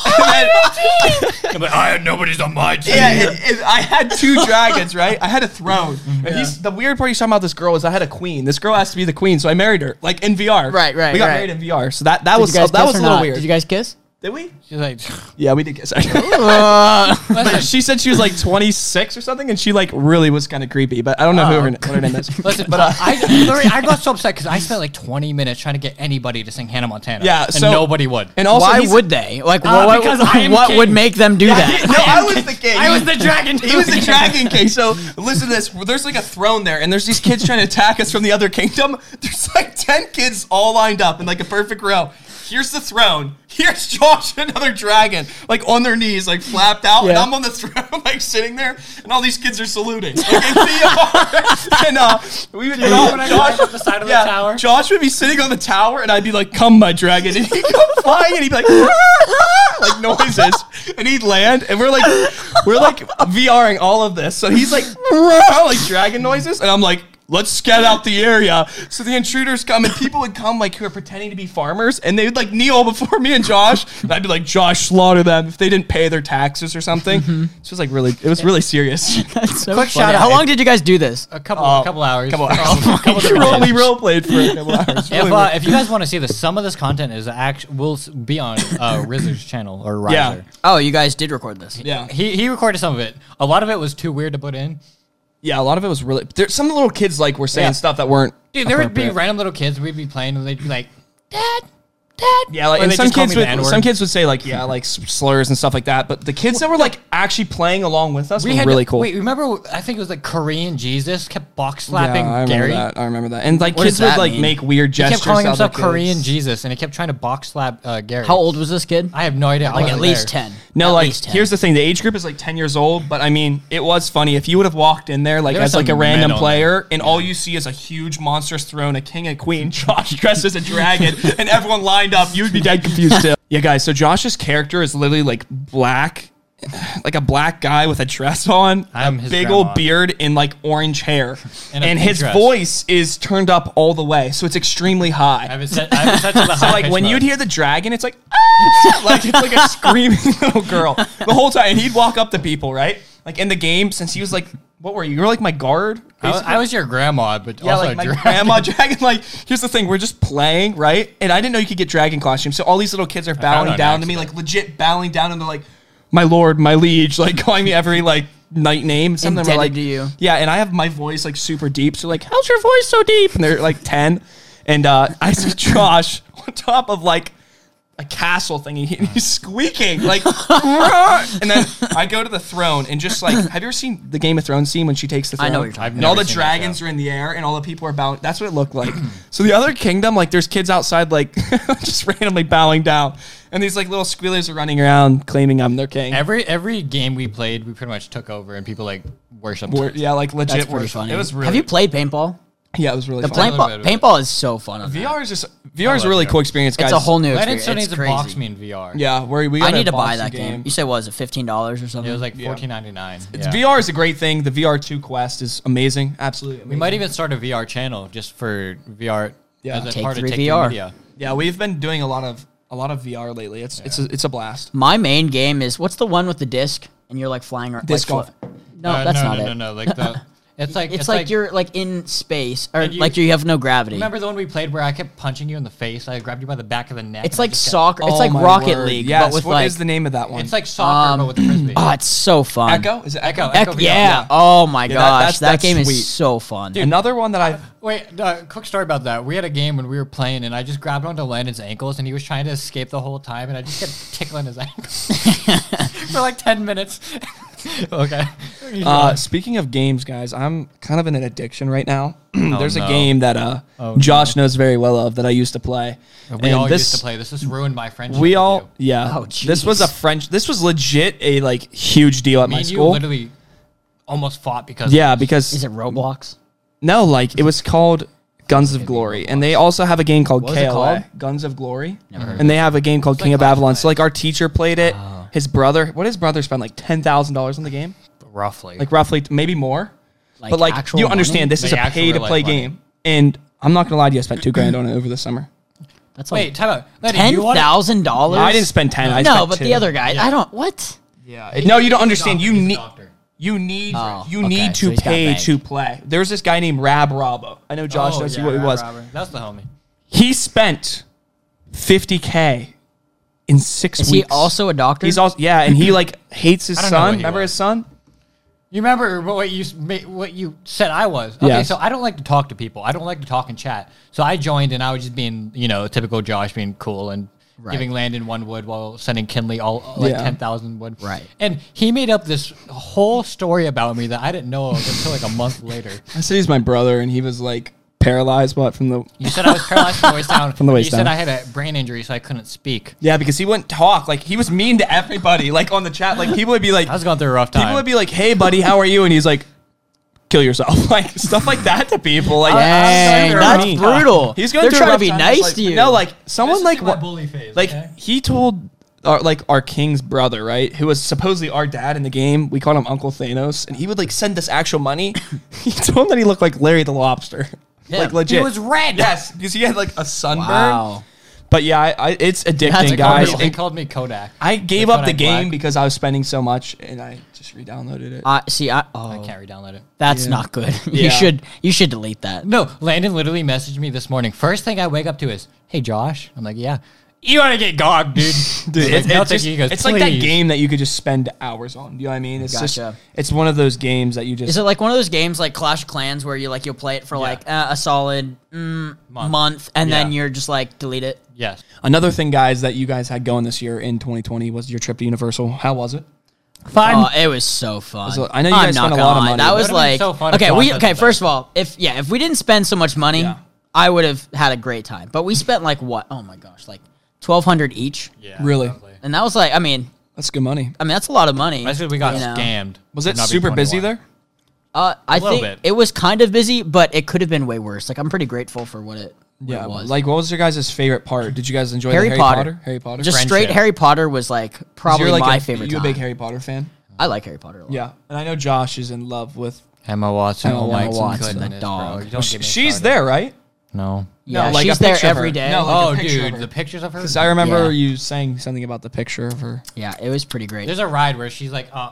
Speaker 3: I'm like, I nobody's on my team.
Speaker 1: yeah, it- it- I had two dragons, right? I had a throne.
Speaker 2: Mm-hmm.
Speaker 1: And he's the weird part he's talking about this girl is I had a queen. This girl asked to be the queen, so I married her. Like in VR.
Speaker 2: Right, right,
Speaker 1: We got
Speaker 2: right.
Speaker 1: married in VR. So that, that
Speaker 2: Did
Speaker 1: was
Speaker 2: you guys
Speaker 1: that
Speaker 2: kiss
Speaker 1: was a
Speaker 2: or
Speaker 1: little
Speaker 2: not?
Speaker 1: weird.
Speaker 2: Did you guys kiss?
Speaker 1: Did we?
Speaker 3: She's like,
Speaker 1: Yeah, we did kiss.
Speaker 3: listen,
Speaker 1: she said she was like 26 or something, and she like really was kind of creepy. But I don't know who her, what her name is.
Speaker 2: Oh,
Speaker 3: listen. But I, Larry, I got so upset because I spent like 20 minutes trying to get anybody to sing Hannah Montana.
Speaker 1: Yeah,
Speaker 3: and
Speaker 1: so-
Speaker 3: nobody would.
Speaker 1: And also,
Speaker 2: Why
Speaker 1: he's-
Speaker 2: would they? Like,
Speaker 3: Uh,
Speaker 2: what,
Speaker 3: because I am
Speaker 2: what
Speaker 3: king.
Speaker 2: would make them do
Speaker 1: no,
Speaker 2: that?
Speaker 1: I was the king.
Speaker 3: I was the dragon.
Speaker 1: He was the dragon king. So listen to this. There's like a throne there, and there's these kids trying to attack us from the other kingdom. There's like ten kids all lined up in like a perfect row. Here's the throne. Here's Josh, another dragon, like on their knees, like flapped out, and
Speaker 2: Yeah.
Speaker 1: I'm on the throne, like sitting there, and all these kids are saluting. Like in VR. and uh, we would,
Speaker 3: know when I climbed up the side of the tower?
Speaker 1: Josh would be sitting on the tower, and I'd be like, "Come, my dragon," and he'd come flying, and he'd be like, "Ah, ah," like noises, and he'd land, and we're like, we're like VRing all of this. So he's like, "Ah," like dragon noises, and I'm like. Let's scout out the area. So the intruders come, and people would come like who are pretending to be farmers, and they would like kneel before me and Josh. And I'd be like, "Josh, slaughter them if they didn't pay their taxes or something."
Speaker 3: Mm-hmm.
Speaker 1: So it was like really, it was really serious.
Speaker 2: That's so
Speaker 3: Quick
Speaker 2: funny.
Speaker 3: shout out.
Speaker 2: How long did you guys do this?
Speaker 3: A couple,
Speaker 1: Oh,
Speaker 3: a couple hours.
Speaker 1: Come on,
Speaker 3: A couple
Speaker 1: we role,
Speaker 3: hours.
Speaker 1: we role played for a couple hours.
Speaker 3: If,
Speaker 1: Really
Speaker 3: uh, if you guys want to see this, some of this content is actually will s- be on uh, Rizzer's channel or
Speaker 1: Yeah.
Speaker 3: Riser.
Speaker 2: Oh, you guys did record this.
Speaker 1: Yeah,
Speaker 3: He he recorded some of it. A lot of it was too weird to put in.
Speaker 1: yeah. A lot of it was really. There, some little kids like were saying
Speaker 3: Yeah.
Speaker 1: stuff that weren't.
Speaker 3: Dude, there would be
Speaker 1: appropriate.
Speaker 3: random little kids we'd be playing and they'd be like, "Dad, Dad."
Speaker 1: Yeah, like
Speaker 3: Or
Speaker 1: and
Speaker 3: they'd
Speaker 1: some
Speaker 3: just call
Speaker 1: kids
Speaker 3: me the
Speaker 1: would
Speaker 3: N-word.
Speaker 1: some kids would say like yeah like s- slurs and stuff like that. But the kids that were like actually playing along with us were
Speaker 3: had
Speaker 1: really
Speaker 3: to-
Speaker 1: cool.
Speaker 3: Wait, remember? I think it was like Korean Jesus kept box slapping
Speaker 1: yeah, I remember
Speaker 3: Gary.
Speaker 1: that. I remember that. And like
Speaker 2: What
Speaker 1: kids
Speaker 2: does that
Speaker 1: would like
Speaker 2: mean?
Speaker 1: make weird
Speaker 3: He
Speaker 1: gestures.
Speaker 3: kept calling
Speaker 1: to other
Speaker 3: himself Korean
Speaker 1: kids.
Speaker 3: Jesus, and he kept trying to box slap uh, Gary.
Speaker 2: How old was this kid?
Speaker 3: I have no idea. I
Speaker 2: Like at
Speaker 3: wasn't
Speaker 2: least
Speaker 3: there.
Speaker 2: ten.
Speaker 1: No,
Speaker 2: At
Speaker 1: like
Speaker 2: least 10.
Speaker 1: here's the thing: the age group is like ten years old. But I mean, it was funny if you would have walked in there like
Speaker 3: There were
Speaker 1: as like a
Speaker 3: some men
Speaker 1: random
Speaker 3: on
Speaker 1: player, and all you see is a huge monstrous throne, a king, a queen, Josh dressed as a dragon, and everyone lined up. You'd be dead confused too. Yeah, guys. So Josh's character is literally like black, like a black guy with a dress on,
Speaker 3: I'm
Speaker 1: a
Speaker 3: his
Speaker 1: big
Speaker 3: grandma.
Speaker 1: old beard, and like orange hair, and,
Speaker 3: And a pink
Speaker 1: his
Speaker 3: dress.
Speaker 1: voice is turned up all the way, so it's extremely high
Speaker 3: I haven't said. I haven't said to the
Speaker 1: so like when you'd hear the dragon, it's like "Ah!" like it's like a screaming little girl the whole time. And he'd walk up to people, right? Like in the game, since he was like, what were you? You were like my guard.
Speaker 3: I was,
Speaker 1: basically.
Speaker 3: I was your grandma, but
Speaker 1: yeah,
Speaker 3: also
Speaker 1: like
Speaker 3: a
Speaker 1: my
Speaker 3: dragon.
Speaker 1: grandma dragon. Like here's the thing, we're just playing, right? And I didn't know you could get dragon costumes. So all these little kids are bowing
Speaker 3: on
Speaker 1: down to me, like legit bowing down, and they're like, my lord, my liege, like calling me every like. Night name, some of them are like
Speaker 2: Indebted to you.
Speaker 1: yeah, and I have my voice like super deep. So like, how's your voice so deep? And they're like ten, and uh, I see Josh on top of like a castle thing, and he- and he's squeaking like, and then I go to the throne and just like, have you ever seen the Game of Thrones scene when she takes the throne?
Speaker 2: I know what you're talking
Speaker 3: I've
Speaker 1: And all
Speaker 3: never
Speaker 1: the
Speaker 3: seen that
Speaker 1: dragons
Speaker 3: show.
Speaker 1: are in the air, and all the people are bowing. That's what it looked like. so the other kingdom, like, there's kids outside, like, just randomly bowing down, and these like little squealers are running around claiming I'm their king.
Speaker 3: Every every game we played, we pretty much took over, and people like worshipped.
Speaker 1: Wor- yeah, like legit.
Speaker 2: That's pretty
Speaker 1: worship.
Speaker 2: funny.
Speaker 1: It was really.
Speaker 2: Have you played paintball?
Speaker 1: Yeah, it was really
Speaker 2: The
Speaker 1: fun.
Speaker 3: little bit
Speaker 2: paintball,
Speaker 3: of it.
Speaker 2: paintball is so fun. on that.
Speaker 1: VR is just VR is
Speaker 3: love
Speaker 1: a really
Speaker 3: VR.
Speaker 1: cool experience, guys.
Speaker 2: It's a whole new
Speaker 3: Lennon
Speaker 2: experience.
Speaker 3: still needs
Speaker 2: it's
Speaker 3: to
Speaker 2: crazy.
Speaker 3: box me in VR.
Speaker 1: Yeah, where we
Speaker 2: I
Speaker 1: gotta
Speaker 2: need to
Speaker 1: box
Speaker 2: buy
Speaker 1: the
Speaker 2: that game. You said what was it fifteen dollars or something?
Speaker 3: It was like
Speaker 1: Yeah.
Speaker 3: fourteen ninety nine.
Speaker 1: It's VR is a great thing. The VR2 Quest is amazing. Absolutely.
Speaker 3: We might even start a VR channel just for VR
Speaker 1: Yeah.
Speaker 3: as a
Speaker 1: Take
Speaker 3: part of
Speaker 2: Three
Speaker 3: Take
Speaker 2: VR.
Speaker 3: Three Media.
Speaker 1: Yeah, we've been doing a lot of a lot of VR lately. It's it's a, it's a blast.
Speaker 2: My main game is what's the one with the disc and you're like flying around.
Speaker 1: Disc
Speaker 2: like,
Speaker 1: golf.
Speaker 2: fl- No,
Speaker 3: Uh,
Speaker 2: that's
Speaker 3: no,
Speaker 2: not
Speaker 3: no,
Speaker 2: it.
Speaker 3: No, no, Like the, it's like
Speaker 2: It's, like, you're like in space or
Speaker 3: And you-
Speaker 2: like you have no gravity.
Speaker 3: Remember the one we played where I kept punching you in the face? I grabbed you by the back of the neck.
Speaker 2: it's
Speaker 3: and I
Speaker 2: like
Speaker 3: just kept-
Speaker 2: soccer. It's
Speaker 1: Oh
Speaker 2: like
Speaker 1: my
Speaker 2: Rocket
Speaker 1: word.
Speaker 2: Legue,
Speaker 1: Yes.
Speaker 2: but with
Speaker 1: what
Speaker 2: like
Speaker 1: is the name of that one?
Speaker 3: It's like soccer, but with the frisbee.
Speaker 2: oh, it's so fun.
Speaker 1: Echo. Is it Echo?
Speaker 3: Echo,
Speaker 2: Ec-
Speaker 3: Echo VR.
Speaker 2: yeah.
Speaker 3: Yeah.
Speaker 2: Oh my
Speaker 1: Yeah, that-
Speaker 2: gosh,
Speaker 1: that's-
Speaker 2: that,
Speaker 1: that's
Speaker 2: game
Speaker 1: sweet.
Speaker 2: is so fun.
Speaker 1: Another one that I've
Speaker 3: Wait, uh, quick story about that. We had a game when we were playing, and I just grabbed onto Landon's ankles, and he was trying to escape the whole time, and I just kept tickling his ankles for like ten minutes. okay.
Speaker 1: Uh, speaking of games, guys, I'm kind of in an addiction right now. There's a
Speaker 3: Oh, no.
Speaker 1: game that uh,
Speaker 3: Oh,
Speaker 1: Josh knows very well of that I used to play.
Speaker 3: we
Speaker 1: And
Speaker 3: all
Speaker 1: this,
Speaker 3: used to play. This has ruined my friendship.
Speaker 1: We
Speaker 3: with
Speaker 1: all,
Speaker 3: you.
Speaker 1: yeah.
Speaker 2: Oh,
Speaker 1: this was a
Speaker 2: jeez.
Speaker 1: French. This was legit a like huge deal at
Speaker 3: Me
Speaker 1: my
Speaker 3: and you
Speaker 1: school.
Speaker 3: literally almost fought because.
Speaker 1: Yeah, because
Speaker 2: Is it Roblox?
Speaker 1: no, like it was called Guns of Glory, and they also have a game called
Speaker 2: What was it
Speaker 1: KLA,
Speaker 2: called?
Speaker 1: Guns of Glory, and they have a game called King of
Speaker 3: Clash
Speaker 1: Avalon. So like our teacher played it.
Speaker 3: Ah.
Speaker 1: His brother, what his brother spent like ten thousand dollars on the game.
Speaker 3: roughly.
Speaker 1: like roughly maybe more.
Speaker 2: Like
Speaker 1: but like
Speaker 2: actual
Speaker 1: you
Speaker 2: money?
Speaker 1: understand, this is
Speaker 3: Like
Speaker 1: a
Speaker 3: actual
Speaker 1: pay to play
Speaker 3: real-life money.
Speaker 1: game, and I'm not gonna lie to you, I spent two grand on it over the summer.
Speaker 2: That's
Speaker 3: wait, time out. Landon,
Speaker 2: ten
Speaker 3: you wanna-
Speaker 2: thousand dollars.
Speaker 1: I didn't spend ten. I
Speaker 2: No,
Speaker 1: spent
Speaker 2: but
Speaker 1: two.
Speaker 2: the other guy, I don't. What?
Speaker 3: Yeah.
Speaker 1: No, you don't understand.
Speaker 3: He's
Speaker 1: You
Speaker 3: a
Speaker 1: need.
Speaker 3: doctor.
Speaker 1: You need
Speaker 2: Oh,
Speaker 1: you
Speaker 2: okay,
Speaker 1: need
Speaker 2: so
Speaker 1: to
Speaker 2: he's got
Speaker 1: pay
Speaker 2: bank.
Speaker 1: to play. There's this guy named Rab Robbo. I know Josh
Speaker 3: Oh,
Speaker 1: knows
Speaker 3: yeah,
Speaker 1: who he
Speaker 3: Rob
Speaker 1: was.
Speaker 3: Robert. That's the homie.
Speaker 1: He spent 50k in six
Speaker 2: Is he
Speaker 1: weeks.
Speaker 2: also a doctor?
Speaker 1: he's also yeah, and he like hates his
Speaker 3: I don't know what
Speaker 1: son.
Speaker 3: he
Speaker 1: Remember
Speaker 3: was.
Speaker 1: his son?
Speaker 3: You remember what you s- ma- what you said I was. Okay,
Speaker 1: Yes.
Speaker 3: so I don't like to talk to people. I don't like to talk and chat. So I joined and I was just being, you know, typical Josh being cool and giving Landon one wood while sending Kinley all all, like
Speaker 1: Yeah.
Speaker 3: 10,000 wood.
Speaker 2: Right.
Speaker 3: And he made up this whole story about me that I didn't know of until like a month later.
Speaker 1: I said he's my brother, and he was like paralyzed, but from the
Speaker 3: You said I was paralyzed from the waist down. From
Speaker 1: the waist
Speaker 3: You
Speaker 1: down.
Speaker 3: said I had a brain injury so I couldn't speak.
Speaker 1: Yeah, because he wouldn't talk. Like he was mean to everybody. Like on the chat, like people would be like,
Speaker 3: I was going through a rough time.
Speaker 1: people would be like, "Hey, buddy, how are you?" And he's like, "Kill yourself." Like stuff like that to people. Like,
Speaker 2: Dang,
Speaker 1: they're
Speaker 2: that's
Speaker 1: mean.
Speaker 2: brutal.
Speaker 1: He's going
Speaker 2: They're
Speaker 1: through a
Speaker 2: trying to
Speaker 1: rough
Speaker 2: be
Speaker 1: time,
Speaker 2: nice
Speaker 1: just, like-
Speaker 2: to you.
Speaker 1: No, like someone like
Speaker 3: my
Speaker 1: wa-
Speaker 3: bully phase.
Speaker 1: like
Speaker 3: okay?
Speaker 1: he told. Our, like our king's brother, right? Who was supposedly our dad in the game. We called him Uncle Thanos, and he would like send us actual money. he told him that he looked like Larry the Lobster,
Speaker 2: Yeah.
Speaker 1: like legit.
Speaker 3: he was red.
Speaker 1: yes, because he had like a sunburn.
Speaker 2: wow.
Speaker 1: But yeah, I, I, it's addicting,
Speaker 2: That's
Speaker 3: They called
Speaker 1: guys.
Speaker 3: me-
Speaker 1: And
Speaker 3: they called me Kodak.
Speaker 1: I gave
Speaker 3: They
Speaker 1: up
Speaker 3: thought
Speaker 1: the
Speaker 3: I
Speaker 1: game
Speaker 3: blacked.
Speaker 1: because I was spending so much, and I just re-downloaded
Speaker 3: Uh,
Speaker 1: it.
Speaker 2: I see. I oh,
Speaker 3: I can't re-download it.
Speaker 2: that's
Speaker 1: Yeah.
Speaker 2: not good.
Speaker 1: Yeah.
Speaker 2: you should you should delete that.
Speaker 3: No, Landon literally messaged me this morning. First thing I wake up to is, "Hey, Josh." I'm like, "Yeah." You want to get gogged, dude?
Speaker 1: Dude, it's,
Speaker 3: I'm like, "No,
Speaker 1: it's
Speaker 3: thank
Speaker 1: just-
Speaker 3: you." He goes,
Speaker 1: it's like that
Speaker 3: "Please."
Speaker 1: game that you could just spend hours on. You know what I mean? It's just
Speaker 2: Gotcha.
Speaker 1: it's one of those games that you just
Speaker 2: Is it like one of those games like Clash of Clans where you like you'll play it for like uh, a solid mm, month.
Speaker 3: Month.
Speaker 2: and then
Speaker 3: Yeah.
Speaker 2: you're just like delete it?
Speaker 3: Yes.
Speaker 1: another thing, guys, that you guys had going this year in 2020 was your trip to Universal. How was it?
Speaker 3: Fine.
Speaker 2: Oh, it was so fun.
Speaker 1: So, I know you guys
Speaker 2: not
Speaker 1: spent a
Speaker 2: gonna
Speaker 1: lot of
Speaker 2: lie.
Speaker 1: money.
Speaker 2: That
Speaker 1: It
Speaker 2: was
Speaker 3: would've been
Speaker 2: like
Speaker 3: so fun to
Speaker 2: okay, we
Speaker 3: process
Speaker 2: okay.
Speaker 3: that.
Speaker 2: First of all, if yeah, if we didn't spend so much money,
Speaker 1: Yeah.
Speaker 2: I would have had a great time. But we spent like what? Oh my gosh, like twelve hundred each,
Speaker 3: yeah,
Speaker 1: really?
Speaker 3: probably.
Speaker 2: and that was like I mean,
Speaker 1: That's good money.
Speaker 2: I mean that's a lot of money.
Speaker 3: I said we got
Speaker 2: you know?
Speaker 3: scammed.
Speaker 1: Was
Speaker 3: for
Speaker 1: it
Speaker 3: not being
Speaker 1: super busy
Speaker 3: 21.
Speaker 1: there?
Speaker 2: Uh, I
Speaker 3: little
Speaker 2: think
Speaker 3: bit.
Speaker 2: it was kind of busy, but it could have been way worse. Like I'm pretty grateful for what it, what it was.
Speaker 1: Like, what was your guys' favorite part? Did you guys enjoy
Speaker 2: Harry
Speaker 1: the Harry
Speaker 2: Potter.
Speaker 1: Potter? Harry Potter.
Speaker 2: Just
Speaker 3: Friendship.
Speaker 2: straight Harry Potter was like
Speaker 1: You're,
Speaker 2: probably
Speaker 1: like,
Speaker 2: my
Speaker 1: a-
Speaker 2: favorite.
Speaker 1: You a
Speaker 2: time.
Speaker 1: big Harry Potter fan?
Speaker 2: I like Harry Potter a lot.
Speaker 1: Yeah, and I know Josh is in love with.
Speaker 3: Emma Watson.
Speaker 1: Emma
Speaker 3: oh my
Speaker 2: Watson,
Speaker 3: goodness,
Speaker 2: the
Speaker 3: bro.
Speaker 2: dog.
Speaker 3: You Don't get me
Speaker 1: She's
Speaker 3: started.
Speaker 1: there, right?
Speaker 3: No.
Speaker 2: yeah.
Speaker 1: No, like a
Speaker 2: she's there
Speaker 1: picture of her.
Speaker 2: every day.
Speaker 1: No, like-
Speaker 3: oh,
Speaker 1: a picture of
Speaker 3: dude,
Speaker 1: her.
Speaker 3: the pictures of her.
Speaker 1: Because I remember
Speaker 2: Yeah.
Speaker 1: you saying something about the picture of her.
Speaker 2: yeah, it was pretty great.
Speaker 3: There's a ride where she's like, uh,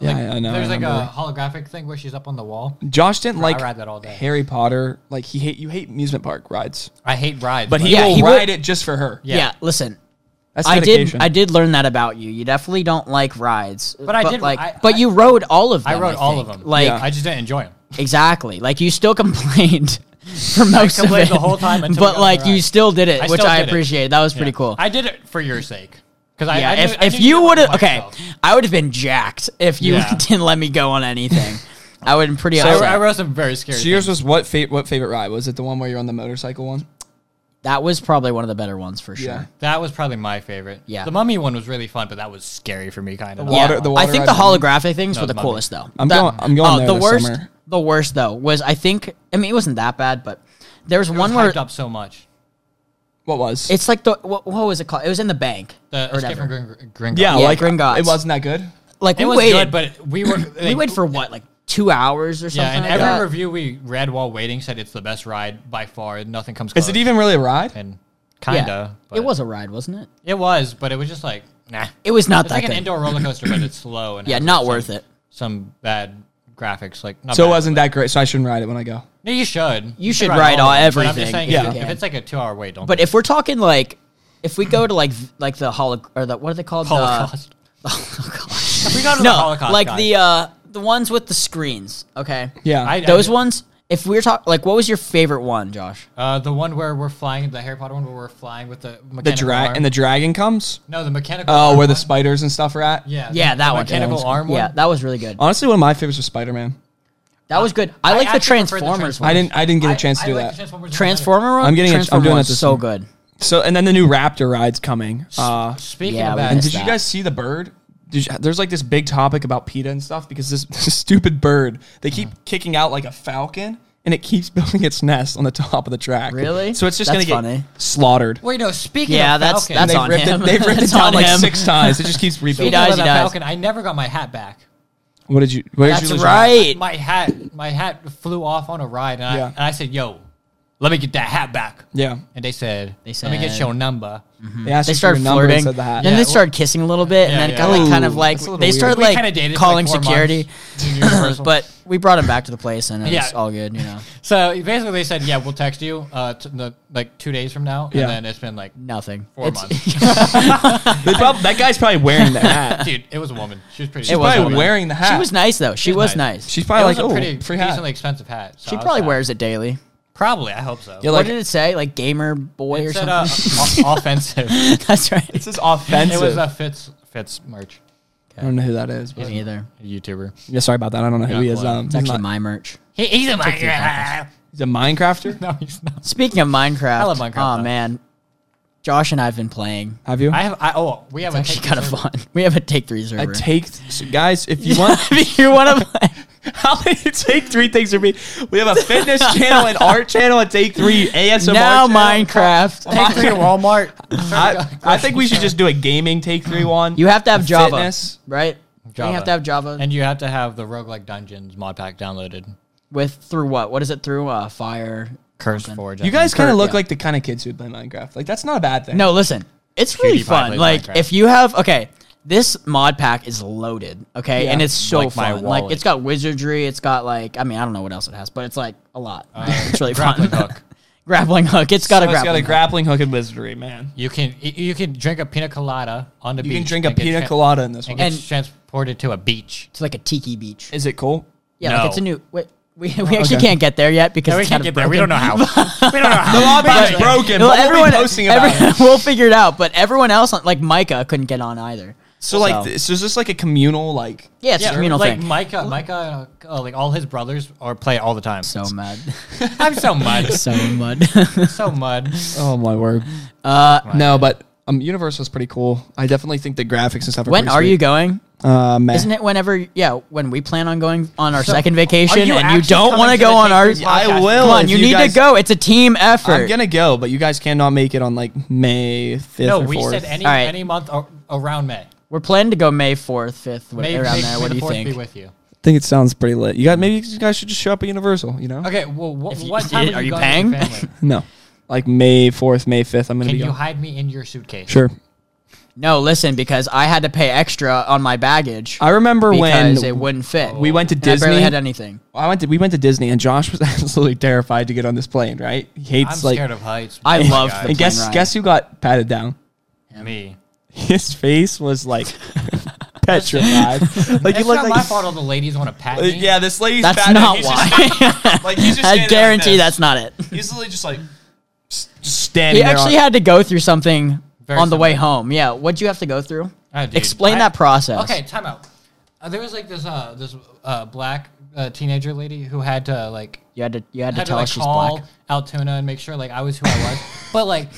Speaker 1: Yeah,
Speaker 3: like,
Speaker 1: I- I know, I
Speaker 3: There's like
Speaker 1: remember.
Speaker 3: a holographic thing where she's up on the wall.
Speaker 1: Josh didn't like
Speaker 3: ride that all day.
Speaker 1: Harry Potter. Like he hate you hate amusement park rides,
Speaker 3: I hate rides,
Speaker 1: but he
Speaker 2: Yeah,
Speaker 1: will
Speaker 2: he will-
Speaker 1: ride it just for her.
Speaker 2: yeah.
Speaker 3: Yeah.
Speaker 2: listen,
Speaker 1: That's
Speaker 2: I did
Speaker 1: dedication.
Speaker 2: I did learn that about you. You definitely don't like rides, but
Speaker 3: I did-
Speaker 2: Like,
Speaker 3: I-
Speaker 2: but
Speaker 3: I-
Speaker 2: you rode all of them.
Speaker 3: I rode all of
Speaker 2: think.
Speaker 3: them.
Speaker 2: Like
Speaker 1: Yeah.
Speaker 3: I just didn't enjoy them.
Speaker 2: exactly. Like you still complained for most of it
Speaker 3: complained the whole time until we got
Speaker 2: but
Speaker 3: on
Speaker 2: like
Speaker 3: the
Speaker 2: you
Speaker 3: ride.
Speaker 2: still did it,
Speaker 3: I
Speaker 2: which
Speaker 3: still
Speaker 2: I
Speaker 3: did it.
Speaker 2: appreciate. That was pretty cool.
Speaker 3: I did it for your sake. Because I,
Speaker 2: yeah,
Speaker 3: I knew-
Speaker 2: if,
Speaker 3: I
Speaker 2: if
Speaker 3: knew
Speaker 2: you
Speaker 3: didn't
Speaker 2: would have,
Speaker 3: like
Speaker 2: okay,
Speaker 3: myself.
Speaker 2: I would have been jacked if you
Speaker 3: Yeah.
Speaker 2: didn't let me go on anything. I would have been pretty
Speaker 3: I,
Speaker 2: upset.
Speaker 3: I wrote some very scary.
Speaker 1: So yours was what fa- what favorite ride was it? The one where you're on the motorcycle one?
Speaker 2: that was probably one of the better ones for sure.
Speaker 1: Yeah.
Speaker 3: That was probably my favorite.
Speaker 2: Yeah.
Speaker 3: The mummy one was really fun, but that was scary for me, kind of.
Speaker 1: water- the water
Speaker 2: I think the
Speaker 1: ride one.
Speaker 2: holographic things
Speaker 3: No,
Speaker 2: were the
Speaker 3: the mummy.
Speaker 2: coolest though.
Speaker 1: I'm
Speaker 2: That-
Speaker 1: going. I'm going
Speaker 2: oh,
Speaker 1: there
Speaker 2: the
Speaker 1: this
Speaker 2: worst.
Speaker 1: summer.
Speaker 2: the worst though was I think I mean it wasn't that bad, but there was
Speaker 3: It
Speaker 2: one
Speaker 3: was
Speaker 2: where
Speaker 3: hyped up so much.
Speaker 1: What was?
Speaker 2: it's like the what, what was it called? It was in the bank.
Speaker 3: The
Speaker 2: or
Speaker 3: Escape
Speaker 2: whatever.
Speaker 3: from Gring- Gringotts.
Speaker 1: yeah,
Speaker 2: yeah,
Speaker 1: like
Speaker 2: Gringotts.
Speaker 1: It wasn't that good.
Speaker 2: Like
Speaker 3: it
Speaker 2: we
Speaker 3: was good,
Speaker 2: waited,
Speaker 3: but we were
Speaker 2: we waited for what like two hours or something.
Speaker 3: Yeah, and
Speaker 2: like
Speaker 3: every
Speaker 2: that?
Speaker 3: review we read while waiting said it's the best ride by far. Nothing comes close.
Speaker 1: Is it even really a ride?
Speaker 3: And
Speaker 2: Yeah.
Speaker 3: kinda. but-
Speaker 2: It was a ride, wasn't it?
Speaker 3: It was, but it was just like nah.
Speaker 2: It was not
Speaker 3: it's
Speaker 2: that
Speaker 3: like
Speaker 2: good.
Speaker 3: an indoor roller coaster, but it's slow and
Speaker 2: Yeah,
Speaker 3: has
Speaker 2: not
Speaker 3: some-
Speaker 2: worth it.
Speaker 3: Some bad graphics, like not
Speaker 1: So it
Speaker 3: bad,
Speaker 1: wasn't that great. So I shouldn't ride it when I go.
Speaker 3: No, you should.
Speaker 2: You should ride all
Speaker 3: of it, but I'm
Speaker 2: everything
Speaker 3: just saying,
Speaker 1: if
Speaker 3: if,
Speaker 1: you
Speaker 3: if
Speaker 2: can.
Speaker 3: it's like a two-hour wait, don't.
Speaker 2: But if we're talking like, if we go to like th- like the holo or the what are they called? The-
Speaker 3: Holocaust.
Speaker 2: The Holocaust.
Speaker 3: If we go to the
Speaker 2: Uh, oh, no,
Speaker 3: Holocaust,
Speaker 2: like
Speaker 3: guys,
Speaker 2: the uh the ones with the screens. Okay.
Speaker 1: Yeah.
Speaker 3: I-
Speaker 2: Those ones. If we we're talking, like, what was your favorite one, Josh?
Speaker 3: uh, the one where we're flying, the Harry Potter one where we're flying with the mechanical
Speaker 1: the drag
Speaker 3: arm.
Speaker 1: and the dragon comes.
Speaker 3: no, the mechanical.
Speaker 1: Oh,
Speaker 3: arm
Speaker 1: where the
Speaker 3: one.
Speaker 1: spiders and stuff are at.
Speaker 3: yeah,
Speaker 2: Yeah,
Speaker 3: the,
Speaker 2: that
Speaker 3: the
Speaker 2: one.
Speaker 3: mechanical
Speaker 2: yeah,
Speaker 3: arm
Speaker 2: Yeah,
Speaker 3: one.
Speaker 2: that was really good.
Speaker 1: Honestly, one of my favorites was Spider Man.
Speaker 2: That was good. I,
Speaker 3: I
Speaker 2: like the
Speaker 3: actually prefer the
Speaker 2: Transformers one.
Speaker 1: I didn't. I didn't get a chance
Speaker 3: I-
Speaker 1: to do
Speaker 3: I like the
Speaker 1: that.
Speaker 3: Transformers
Speaker 2: Transformer one.
Speaker 1: I'm getting it- I'm
Speaker 2: Transformer
Speaker 1: doing it
Speaker 2: one's
Speaker 1: this
Speaker 2: so
Speaker 1: week.
Speaker 2: good.
Speaker 1: so and then the new Raptor ride's coming. Uh,
Speaker 3: Oh, Speaking
Speaker 2: Yeah,
Speaker 3: of
Speaker 2: we
Speaker 3: that,
Speaker 1: and
Speaker 2: missed
Speaker 1: did you
Speaker 2: that.
Speaker 1: guys see the bird? Did you, there's like this big topic about PETA and stuff because this, this stupid bird they keep
Speaker 2: Uh-huh.
Speaker 1: kicking out like a falcon and it keeps building its nest on the top of the track.
Speaker 2: Really?
Speaker 1: So it's just
Speaker 2: That's
Speaker 1: gonna
Speaker 2: funny.
Speaker 1: get slaughtered.
Speaker 3: wait, no. Speaking
Speaker 2: Yeah,
Speaker 3: of
Speaker 2: that's-
Speaker 3: Falcon,
Speaker 2: that's
Speaker 1: And they've
Speaker 2: on
Speaker 1: ripped
Speaker 2: him.
Speaker 1: it. They've ripped it
Speaker 2: That's
Speaker 1: down
Speaker 2: on
Speaker 1: like
Speaker 2: him.
Speaker 1: six times. It just keeps
Speaker 3: speaking
Speaker 1: rebuilding.
Speaker 2: does,
Speaker 3: of
Speaker 2: he
Speaker 3: that
Speaker 2: does.
Speaker 3: Falcon, I never got my hat back.
Speaker 1: What did you? Where did
Speaker 2: That's
Speaker 1: you lose your hat?
Speaker 2: right.
Speaker 3: my hat my hat flew off on a ride and, I,
Speaker 1: Yeah.
Speaker 3: and I said, "Yo, let me get that hat back."
Speaker 1: Yeah.
Speaker 3: And they said,
Speaker 2: They
Speaker 3: "Let me get
Speaker 2: said-
Speaker 3: your number."
Speaker 1: They, asked
Speaker 2: Hmm. They
Speaker 1: you for your
Speaker 2: started
Speaker 1: number and
Speaker 2: flirting.
Speaker 1: said the hat.
Speaker 2: Then
Speaker 3: Yeah,
Speaker 2: they
Speaker 3: well-
Speaker 2: started kissing a little bit,
Speaker 3: Yeah,
Speaker 2: and then
Speaker 3: yeah.
Speaker 2: got like kind of
Speaker 1: Ooh,
Speaker 2: like
Speaker 1: that's a little
Speaker 2: they
Speaker 1: weird.
Speaker 2: started
Speaker 3: We
Speaker 2: like
Speaker 3: kinda dated for,
Speaker 2: calling
Speaker 3: like, four
Speaker 2: security.
Speaker 3: months in Universal.
Speaker 2: but we brought him back to the place, and it
Speaker 3: Yeah.
Speaker 2: was all good. You know,
Speaker 3: so basically, they said, "Yeah, we'll text you uh, t- the, like two days from now,"
Speaker 1: Yeah.
Speaker 3: and then it's been like,
Speaker 2: nothing.
Speaker 3: Four
Speaker 2: It's-
Speaker 3: months.
Speaker 1: They prob- that guy's probably wearing the hat.
Speaker 3: "Dude, it was a woman. She was pretty.
Speaker 1: She's
Speaker 2: It was
Speaker 1: probably
Speaker 2: woman.
Speaker 1: wearing the hat.
Speaker 2: She was nice though. She
Speaker 3: She's
Speaker 2: was
Speaker 3: nice.
Speaker 2: nice.
Speaker 1: She's
Speaker 3: It
Speaker 1: probably
Speaker 3: was
Speaker 1: like,
Speaker 3: a
Speaker 1: oh,
Speaker 3: pretty
Speaker 1: free hat.
Speaker 3: decently expensive hat. so
Speaker 2: She
Speaker 3: I was
Speaker 2: probably
Speaker 3: sad.
Speaker 2: wears it daily.
Speaker 3: Probably, I hope so.
Speaker 1: Yeah,
Speaker 2: what
Speaker 1: like,
Speaker 2: did it say? Like gamer boy or
Speaker 3: it said
Speaker 2: something.
Speaker 3: uh, o- offensive.
Speaker 2: That's right.
Speaker 1: this is offensive.
Speaker 3: It was a Fitz Fitz merch
Speaker 1: I don't know who that is. But
Speaker 2: Me either.
Speaker 3: YouTuber.
Speaker 1: yeah, sorry about that. I don't know who
Speaker 3: Yeah,
Speaker 1: he is.
Speaker 3: well,
Speaker 1: Um,
Speaker 2: It's
Speaker 1: he's
Speaker 2: actually
Speaker 1: not-
Speaker 2: my merch.
Speaker 3: He, he's a
Speaker 1: He's a Minecrafter.
Speaker 3: No, he's not.
Speaker 2: Speaking of Minecraft,
Speaker 3: I love Minecraft,
Speaker 2: Oh
Speaker 3: though.
Speaker 2: man, Josh and I've been playing.
Speaker 1: Have you?
Speaker 3: I have. I, oh, we have
Speaker 2: It's
Speaker 3: a Texas
Speaker 2: actually kind of
Speaker 3: server.
Speaker 2: fun. We have a take three server.
Speaker 1: I take so guys. If you want,
Speaker 2: if you want to play,
Speaker 1: how do you take three things from me? We have a fitness channel, an art channel, and take three ASMR.
Speaker 2: now
Speaker 1: channel.
Speaker 2: Minecraft.
Speaker 3: Take three to Walmart.
Speaker 1: I, I think we should just do a gaming take three one.
Speaker 2: You have to have
Speaker 1: A
Speaker 2: Java,
Speaker 1: fitness.
Speaker 2: right? You have to have Java
Speaker 3: And you have to have the roguelike dungeons mod pack downloaded.
Speaker 2: with through what? What is it through? Uh, fire.
Speaker 3: Curse
Speaker 2: something.
Speaker 3: Forge.
Speaker 1: You guys kind of
Speaker 2: Kurt,
Speaker 1: look
Speaker 2: yeah.
Speaker 1: like the kind of kids who'd play Minecraft. Like that's not a bad thing.
Speaker 2: No, listen, it's really
Speaker 3: PewDiePie
Speaker 2: fun.
Speaker 3: plays
Speaker 2: Like
Speaker 3: Minecraft.
Speaker 2: if you have okay, this mod pack is loaded. Okay,
Speaker 1: Yeah.
Speaker 2: and it's so
Speaker 3: Like my
Speaker 2: fun. Like
Speaker 3: wallet.
Speaker 2: it's got wizardry. It's got like I mean I don't know what else it has, but it's like a lot. it's really
Speaker 3: grappling
Speaker 2: fun.
Speaker 3: hook.
Speaker 2: grappling hook. It's got
Speaker 1: So
Speaker 2: a
Speaker 1: it's got a
Speaker 2: grappling. hook.
Speaker 1: grappling hook and wizardry, man.
Speaker 3: You can y- you can drink a pina colada on the
Speaker 1: You
Speaker 3: beach.
Speaker 1: can drink a
Speaker 3: and get
Speaker 1: pina
Speaker 3: tran-
Speaker 1: colada in this
Speaker 3: and
Speaker 1: one.
Speaker 3: get
Speaker 2: And-
Speaker 3: transported to a beach.
Speaker 2: It's like a tiki beach.
Speaker 1: Is it cool?
Speaker 2: Yeah, like
Speaker 3: No.
Speaker 2: it's a new. Wait, we, we actually
Speaker 1: Okay.
Speaker 2: can't get there yet because
Speaker 3: we
Speaker 2: it's
Speaker 3: can't
Speaker 2: kinda
Speaker 3: get there. We don't
Speaker 2: broken.
Speaker 3: know how. we don't know how.
Speaker 1: The mod pack's
Speaker 3: But-
Speaker 1: broken.
Speaker 2: Well,
Speaker 1: but we'll be
Speaker 2: everyone,
Speaker 1: posting about
Speaker 2: every-
Speaker 1: it.
Speaker 2: we'll figure it out. But everyone else, on- like Micah, couldn't get on either.
Speaker 1: So like, th- so is this like a communal like?
Speaker 2: yeah, it's a
Speaker 3: Yeah,
Speaker 2: communal
Speaker 3: like
Speaker 2: thing.
Speaker 3: Micah, Micah, uh, uh, like all his brothers are play all the time.
Speaker 2: so mad,
Speaker 3: I'm so mud,
Speaker 2: so mud.
Speaker 3: so mud.
Speaker 1: Oh my word.
Speaker 2: uh,
Speaker 1: No, but um, Universe was pretty cool. I definitely think the graphics and stuff. Are
Speaker 2: when
Speaker 1: pretty
Speaker 2: are you
Speaker 1: sweet.
Speaker 2: going?
Speaker 1: Uh, man.
Speaker 2: Isn't it whenever? Yeah, when we plan on going on our
Speaker 3: So,
Speaker 2: second
Speaker 3: are
Speaker 2: vacation,
Speaker 3: you
Speaker 2: and you
Speaker 3: actually
Speaker 2: don't
Speaker 3: coming
Speaker 2: want
Speaker 3: to
Speaker 2: to
Speaker 3: the
Speaker 2: go on
Speaker 3: Take
Speaker 2: our.
Speaker 3: Three
Speaker 1: I
Speaker 3: podcast?
Speaker 1: will.
Speaker 2: Come on,
Speaker 1: if
Speaker 2: you, need
Speaker 1: guys-
Speaker 2: to go. It's a team effort.
Speaker 1: I'm gonna go, but you guys cannot make it on like May fifth.
Speaker 3: No,
Speaker 1: or
Speaker 3: we
Speaker 1: 4th.
Speaker 3: said any
Speaker 2: All right.
Speaker 3: any month ar- around May.
Speaker 2: We're planning to go May fourth, fifth,
Speaker 3: May,
Speaker 2: around
Speaker 3: May,
Speaker 2: there.
Speaker 3: May
Speaker 2: What
Speaker 3: the
Speaker 2: do you
Speaker 3: fourth Be
Speaker 2: think?
Speaker 3: with you.
Speaker 1: I think it sounds pretty lit. You got maybe you guys should just show up at Universal. You know?
Speaker 3: Okay. Well, what,
Speaker 2: If you-
Speaker 3: what time
Speaker 2: are
Speaker 3: are
Speaker 2: you
Speaker 3: you going with your
Speaker 2: paying?
Speaker 3: family?
Speaker 1: No, like May fourth, May fifth. I'm gonna
Speaker 3: Can
Speaker 1: be
Speaker 3: you
Speaker 1: gone.
Speaker 3: hide me in your suitcase?
Speaker 1: sure.
Speaker 2: No, listen, because I had to pay extra on my baggage
Speaker 1: I remember when
Speaker 2: because it wouldn't fit.
Speaker 1: we went to
Speaker 2: And I barely
Speaker 1: Disney.
Speaker 2: had anything.
Speaker 1: I went to we went to Disney, and Josh was absolutely terrified to get on this plane. Right? He hates
Speaker 3: I'm
Speaker 1: like.
Speaker 3: scared of heights.
Speaker 2: I
Speaker 3: my
Speaker 2: love
Speaker 3: God.
Speaker 2: the
Speaker 1: and guess
Speaker 2: plane ride.
Speaker 1: guess who got patted down?
Speaker 3: me.
Speaker 1: His face was like petrified. like he looked
Speaker 3: It's not
Speaker 1: like
Speaker 3: my fault. All the ladies want to pat
Speaker 1: Uh,
Speaker 3: me.
Speaker 1: Yeah, this lady's
Speaker 2: That's
Speaker 1: fat,
Speaker 2: not
Speaker 1: he's
Speaker 2: why.
Speaker 1: Just, like he's just
Speaker 2: I guarantee that's not it.
Speaker 1: He's literally just like s- just standing.
Speaker 2: He
Speaker 1: there
Speaker 2: actually
Speaker 1: on-
Speaker 2: had to go through something
Speaker 3: Very
Speaker 2: on the way
Speaker 3: similar.
Speaker 2: home. Yeah, what'd you have to go through?
Speaker 3: Oh, dude.
Speaker 2: Explain
Speaker 3: I-
Speaker 2: that process.
Speaker 3: Okay, time out. Uh, there was like this uh this uh black uh, teenager lady who had to like
Speaker 2: You had to you had,
Speaker 3: had
Speaker 2: to
Speaker 3: to
Speaker 2: tell
Speaker 3: like
Speaker 2: us she's
Speaker 3: call
Speaker 2: black.
Speaker 3: Altoona and make sure like I was who I was. but like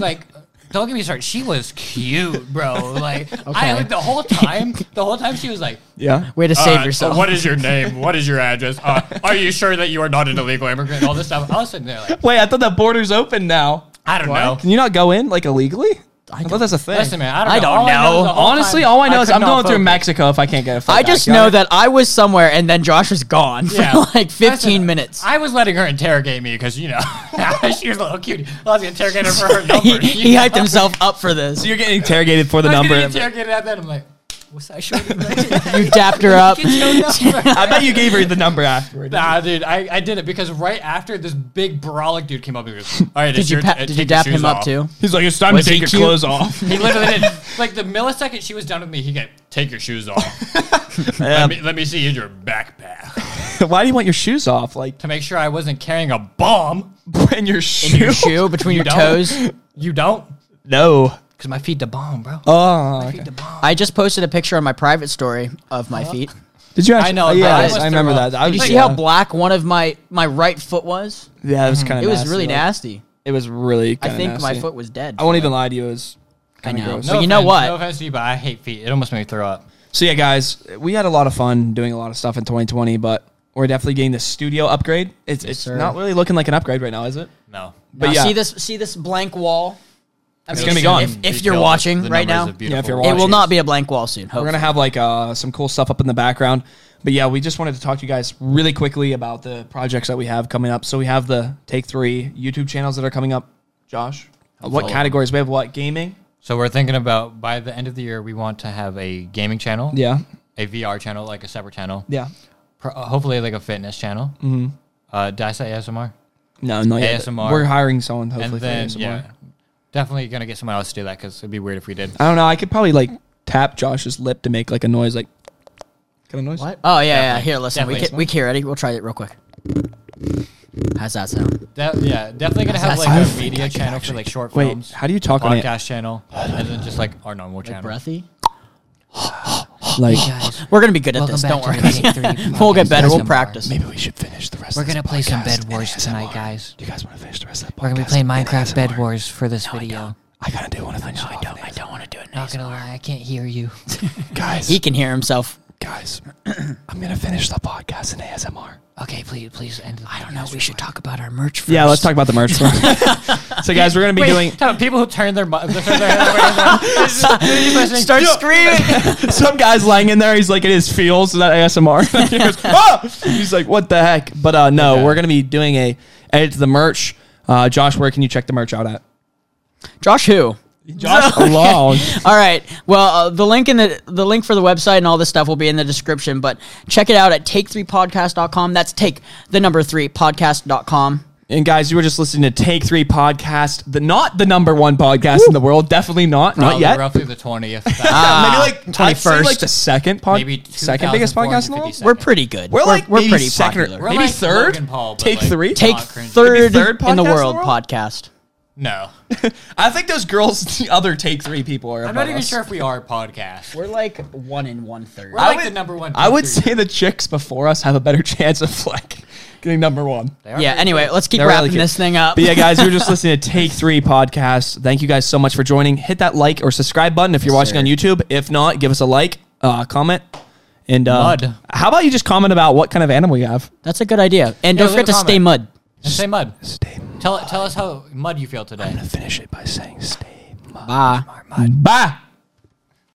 Speaker 3: like Don't get me started. She was cute, bro. Like I like, the whole time, the whole time she was like,
Speaker 1: Yeah.
Speaker 2: Way to save
Speaker 3: uh,
Speaker 2: yourself.
Speaker 3: What is your name? What is your address? Uh, are you sure that you are not an illegal immigrant? All this stuff. I was sitting there like,
Speaker 1: Wait, I thought that border's open now.
Speaker 3: I don't know.
Speaker 1: Can you not go in like illegally? I, thought
Speaker 2: don't-
Speaker 1: that's a thing.
Speaker 3: Listen, man, I don't
Speaker 2: I
Speaker 3: know. All
Speaker 2: don't
Speaker 3: is
Speaker 2: know.
Speaker 3: the whole
Speaker 1: Honestly,
Speaker 3: time
Speaker 1: all I know is
Speaker 3: could
Speaker 1: I'm
Speaker 3: not
Speaker 1: going through
Speaker 3: focus.
Speaker 1: Mexico if I can't get a.
Speaker 2: I just know that I was somewhere and then Josh was gone for like 15
Speaker 3: Listen,
Speaker 2: minutes.
Speaker 3: I was letting her interrogate me because you know she was a little cutie. I was interrogating her for her number.
Speaker 2: he, he
Speaker 3: I
Speaker 2: hyped himself up for this. You
Speaker 1: You're getting interrogated for the
Speaker 3: was
Speaker 1: number.
Speaker 3: getting interrogated at that. I'm like, what's that short?
Speaker 2: dapped her up.
Speaker 1: I bet you gave her the number afterward.
Speaker 3: Nah, dude, I, I did it because right after this big brolic dude came up and goes, "All right,
Speaker 2: Did you, pa- did you dap him up too?
Speaker 1: He's like, it's time
Speaker 2: Was
Speaker 1: to
Speaker 2: he
Speaker 1: take your
Speaker 2: cute?
Speaker 1: clothes off.
Speaker 3: He literally did. Like the millisecond she was done with me, he goes, "Take your shoes off. let, me, let me see your backpack
Speaker 1: Why do you want your shoes off? Like,
Speaker 3: to make sure I wasn't carrying a bomb."
Speaker 1: in your
Speaker 2: In
Speaker 1: shoe?
Speaker 2: your shoe, between your
Speaker 3: don't?
Speaker 2: toes.
Speaker 3: You don't,
Speaker 1: No.
Speaker 3: because my feet the bomb, bro.
Speaker 1: Oh,
Speaker 3: Feet the bomb.
Speaker 2: I just posted a picture on my private story of my feet.
Speaker 1: Did you actually?
Speaker 3: I know,
Speaker 1: oh,
Speaker 3: but
Speaker 1: yeah,
Speaker 3: I
Speaker 1: I,
Speaker 3: was
Speaker 1: I remember
Speaker 3: through up.
Speaker 1: that. I
Speaker 3: Did
Speaker 1: was,
Speaker 2: Did you see
Speaker 1: yeah.
Speaker 2: how black one of my my right foot was?
Speaker 1: Yeah, it was kind of.
Speaker 2: It was really nasty.
Speaker 1: It was really.
Speaker 2: I
Speaker 1: kinda
Speaker 2: think my
Speaker 1: nasty.
Speaker 2: foot was dead.
Speaker 1: I won't even lie to you. It was
Speaker 2: I
Speaker 1: kind of
Speaker 2: know.
Speaker 1: gross.
Speaker 2: No. But you know
Speaker 3: offense-
Speaker 2: what?
Speaker 3: No offense to you, but I hate feet. It almost made me throw up.
Speaker 1: So yeah, guys, we had a lot of fun doing a lot of stuff in 2020, but we're definitely getting the studio upgrade. It's it's
Speaker 2: sir.
Speaker 1: not really looking like an upgrade right now, is it?
Speaker 3: No,
Speaker 1: But
Speaker 2: Now,
Speaker 1: yeah.
Speaker 2: see this see this blank wall. I
Speaker 1: It's gonna be gone.
Speaker 2: If, if you're watching right now,
Speaker 1: Yeah, if you're
Speaker 2: it
Speaker 1: watching.
Speaker 2: will not be a blank wall soon. Hopefully.
Speaker 1: We're gonna have like uh, some cool stuff up in the background. But yeah, we just wanted to talk to you guys really quickly about the projects that we have coming up. So we have the Take Three YouTube channels that are coming up. Josh, what
Speaker 3: follow.
Speaker 1: categories we have? What gaming?
Speaker 3: So we're thinking about by the end of the year, we want to have a gaming channel,
Speaker 1: Yeah,
Speaker 3: a VR channel, like a separate channel,
Speaker 1: yeah.
Speaker 3: Pro- uh, hopefully like a fitness channel. Mm-hmm. Uh, did I say ASMR?
Speaker 1: No, not yet.
Speaker 3: ASMR.
Speaker 1: We're hiring someone hopefully
Speaker 3: And
Speaker 1: for
Speaker 3: then
Speaker 1: ASMR.
Speaker 3: yeah, definitely gonna get someone else to do that because it'd be weird if we did.
Speaker 1: I don't know. I could probably like tap Josh's lip to make like a noise, like kind of noise.
Speaker 2: What? Oh yeah, yeah. Here, listen.
Speaker 3: Definitely.
Speaker 2: We can, we can ready. We'll try it real quick. How's that sound?
Speaker 3: De- yeah, definitely gonna have
Speaker 2: That's-
Speaker 3: like
Speaker 2: that's-
Speaker 3: a media channel for like short
Speaker 1: Wait,
Speaker 3: films.
Speaker 1: how do you talk on it?
Speaker 3: podcast channel, and then just like our normal channel.
Speaker 2: Breathy.
Speaker 1: Like
Speaker 2: We're gonna be good at
Speaker 4: Welcome
Speaker 2: this.
Speaker 4: back
Speaker 2: Don't
Speaker 4: to
Speaker 2: worry.
Speaker 4: the Take Three
Speaker 2: we'll get
Speaker 4: podcast.
Speaker 2: better. We'll
Speaker 4: ASMR.
Speaker 2: practice.
Speaker 1: maybe we should finish the rest.
Speaker 4: We're
Speaker 1: of
Speaker 4: gonna
Speaker 1: this
Speaker 4: play some
Speaker 1: podcast
Speaker 4: Bed
Speaker 1: in
Speaker 4: Wars
Speaker 1: ASMR.
Speaker 4: tonight, guys.
Speaker 1: Do you guys want to finish the rest of the podcast?
Speaker 4: We're gonna be playing
Speaker 1: in
Speaker 4: Minecraft Bed
Speaker 1: ASMR?
Speaker 4: Wars for this video.
Speaker 1: I gotta do one of those. I don't. I don't want to do it.
Speaker 4: Not gonna lie, I can't hear you.
Speaker 1: Guys,
Speaker 2: He can hear himself.
Speaker 1: guys, I'm gonna finish the podcast in ASMR.
Speaker 4: Okay, please, please end. I don't know. We should talk about our merch first.
Speaker 1: Yeah, let's talk about the merch. so, guys, we're gonna be
Speaker 3: Wait,
Speaker 1: doing.
Speaker 3: tell- people who turn their, mu- they turn their head away.
Speaker 2: Start screaming.
Speaker 1: Some guy's lying in there. He's like, it is feels that ASMR. He goes, "Ah!" He's like, what the heck? But uh, no,
Speaker 3: Okay.
Speaker 1: we're gonna be doing a edit to the merch. Uh, Josh, where can you check the merch out at?
Speaker 2: Josh, who?
Speaker 1: Josh alone.
Speaker 2: All right. Well, uh, the link in the the link for the website and all this stuff will be in the description, but check it out at take3podcast.com. That's take the number 3 podcast.com.
Speaker 1: And guys, you were just listening to Take Three podcast, the not the number one podcast in the world. Definitely not, not
Speaker 3: Probably
Speaker 1: yet.
Speaker 3: Roughly the twentieth.
Speaker 1: Yeah,
Speaker 2: Ah.
Speaker 1: maybe like twenty
Speaker 2: 21st.
Speaker 1: first, like the second pod,
Speaker 3: Maybe
Speaker 1: second biggest podcast in the world.
Speaker 3: 2,450.
Speaker 2: We're pretty good.
Speaker 1: We're like
Speaker 2: we're
Speaker 1: maybe
Speaker 2: pretty
Speaker 1: second or-
Speaker 2: popular.
Speaker 1: Maybe third? Take three?
Speaker 2: Take
Speaker 3: not cringy.
Speaker 1: Maybe
Speaker 2: third,
Speaker 1: third
Speaker 2: in the
Speaker 1: podcast in the
Speaker 2: world
Speaker 1: world?
Speaker 2: podcast.
Speaker 3: No,
Speaker 1: I think those girls, the other Take Three people, are.
Speaker 3: I'm not even sure if we are a podcast. We're
Speaker 2: We're like one in one third.
Speaker 3: like
Speaker 1: would-
Speaker 3: the number one.
Speaker 1: I would
Speaker 3: Take
Speaker 1: say the chicks before us have a better chance of like getting number one.
Speaker 3: Three. They are
Speaker 2: Yeah.
Speaker 3: pretty
Speaker 2: Anyway, let's keep
Speaker 1: They're
Speaker 2: wrapping
Speaker 1: really cute.
Speaker 2: this thing up.
Speaker 1: But yeah, guys, you were just listening to Take Three podcast. Thank you guys so much for joining. Hit that like or subscribe button if you're watching
Speaker 2: sir.
Speaker 1: on YouTube. If not, give us a like, uh, comment, and uh,
Speaker 3: Mud.
Speaker 1: how about you just comment about what kind of animal you have?
Speaker 2: That's a good idea. And
Speaker 3: Yeah,
Speaker 2: don't forget
Speaker 3: leave a
Speaker 2: to stay mud.
Speaker 3: good. And say mud.
Speaker 1: Stay.
Speaker 3: Tell tell us how mud you feel today.
Speaker 1: Finish it by saying stay.
Speaker 2: Bye.
Speaker 1: Bye.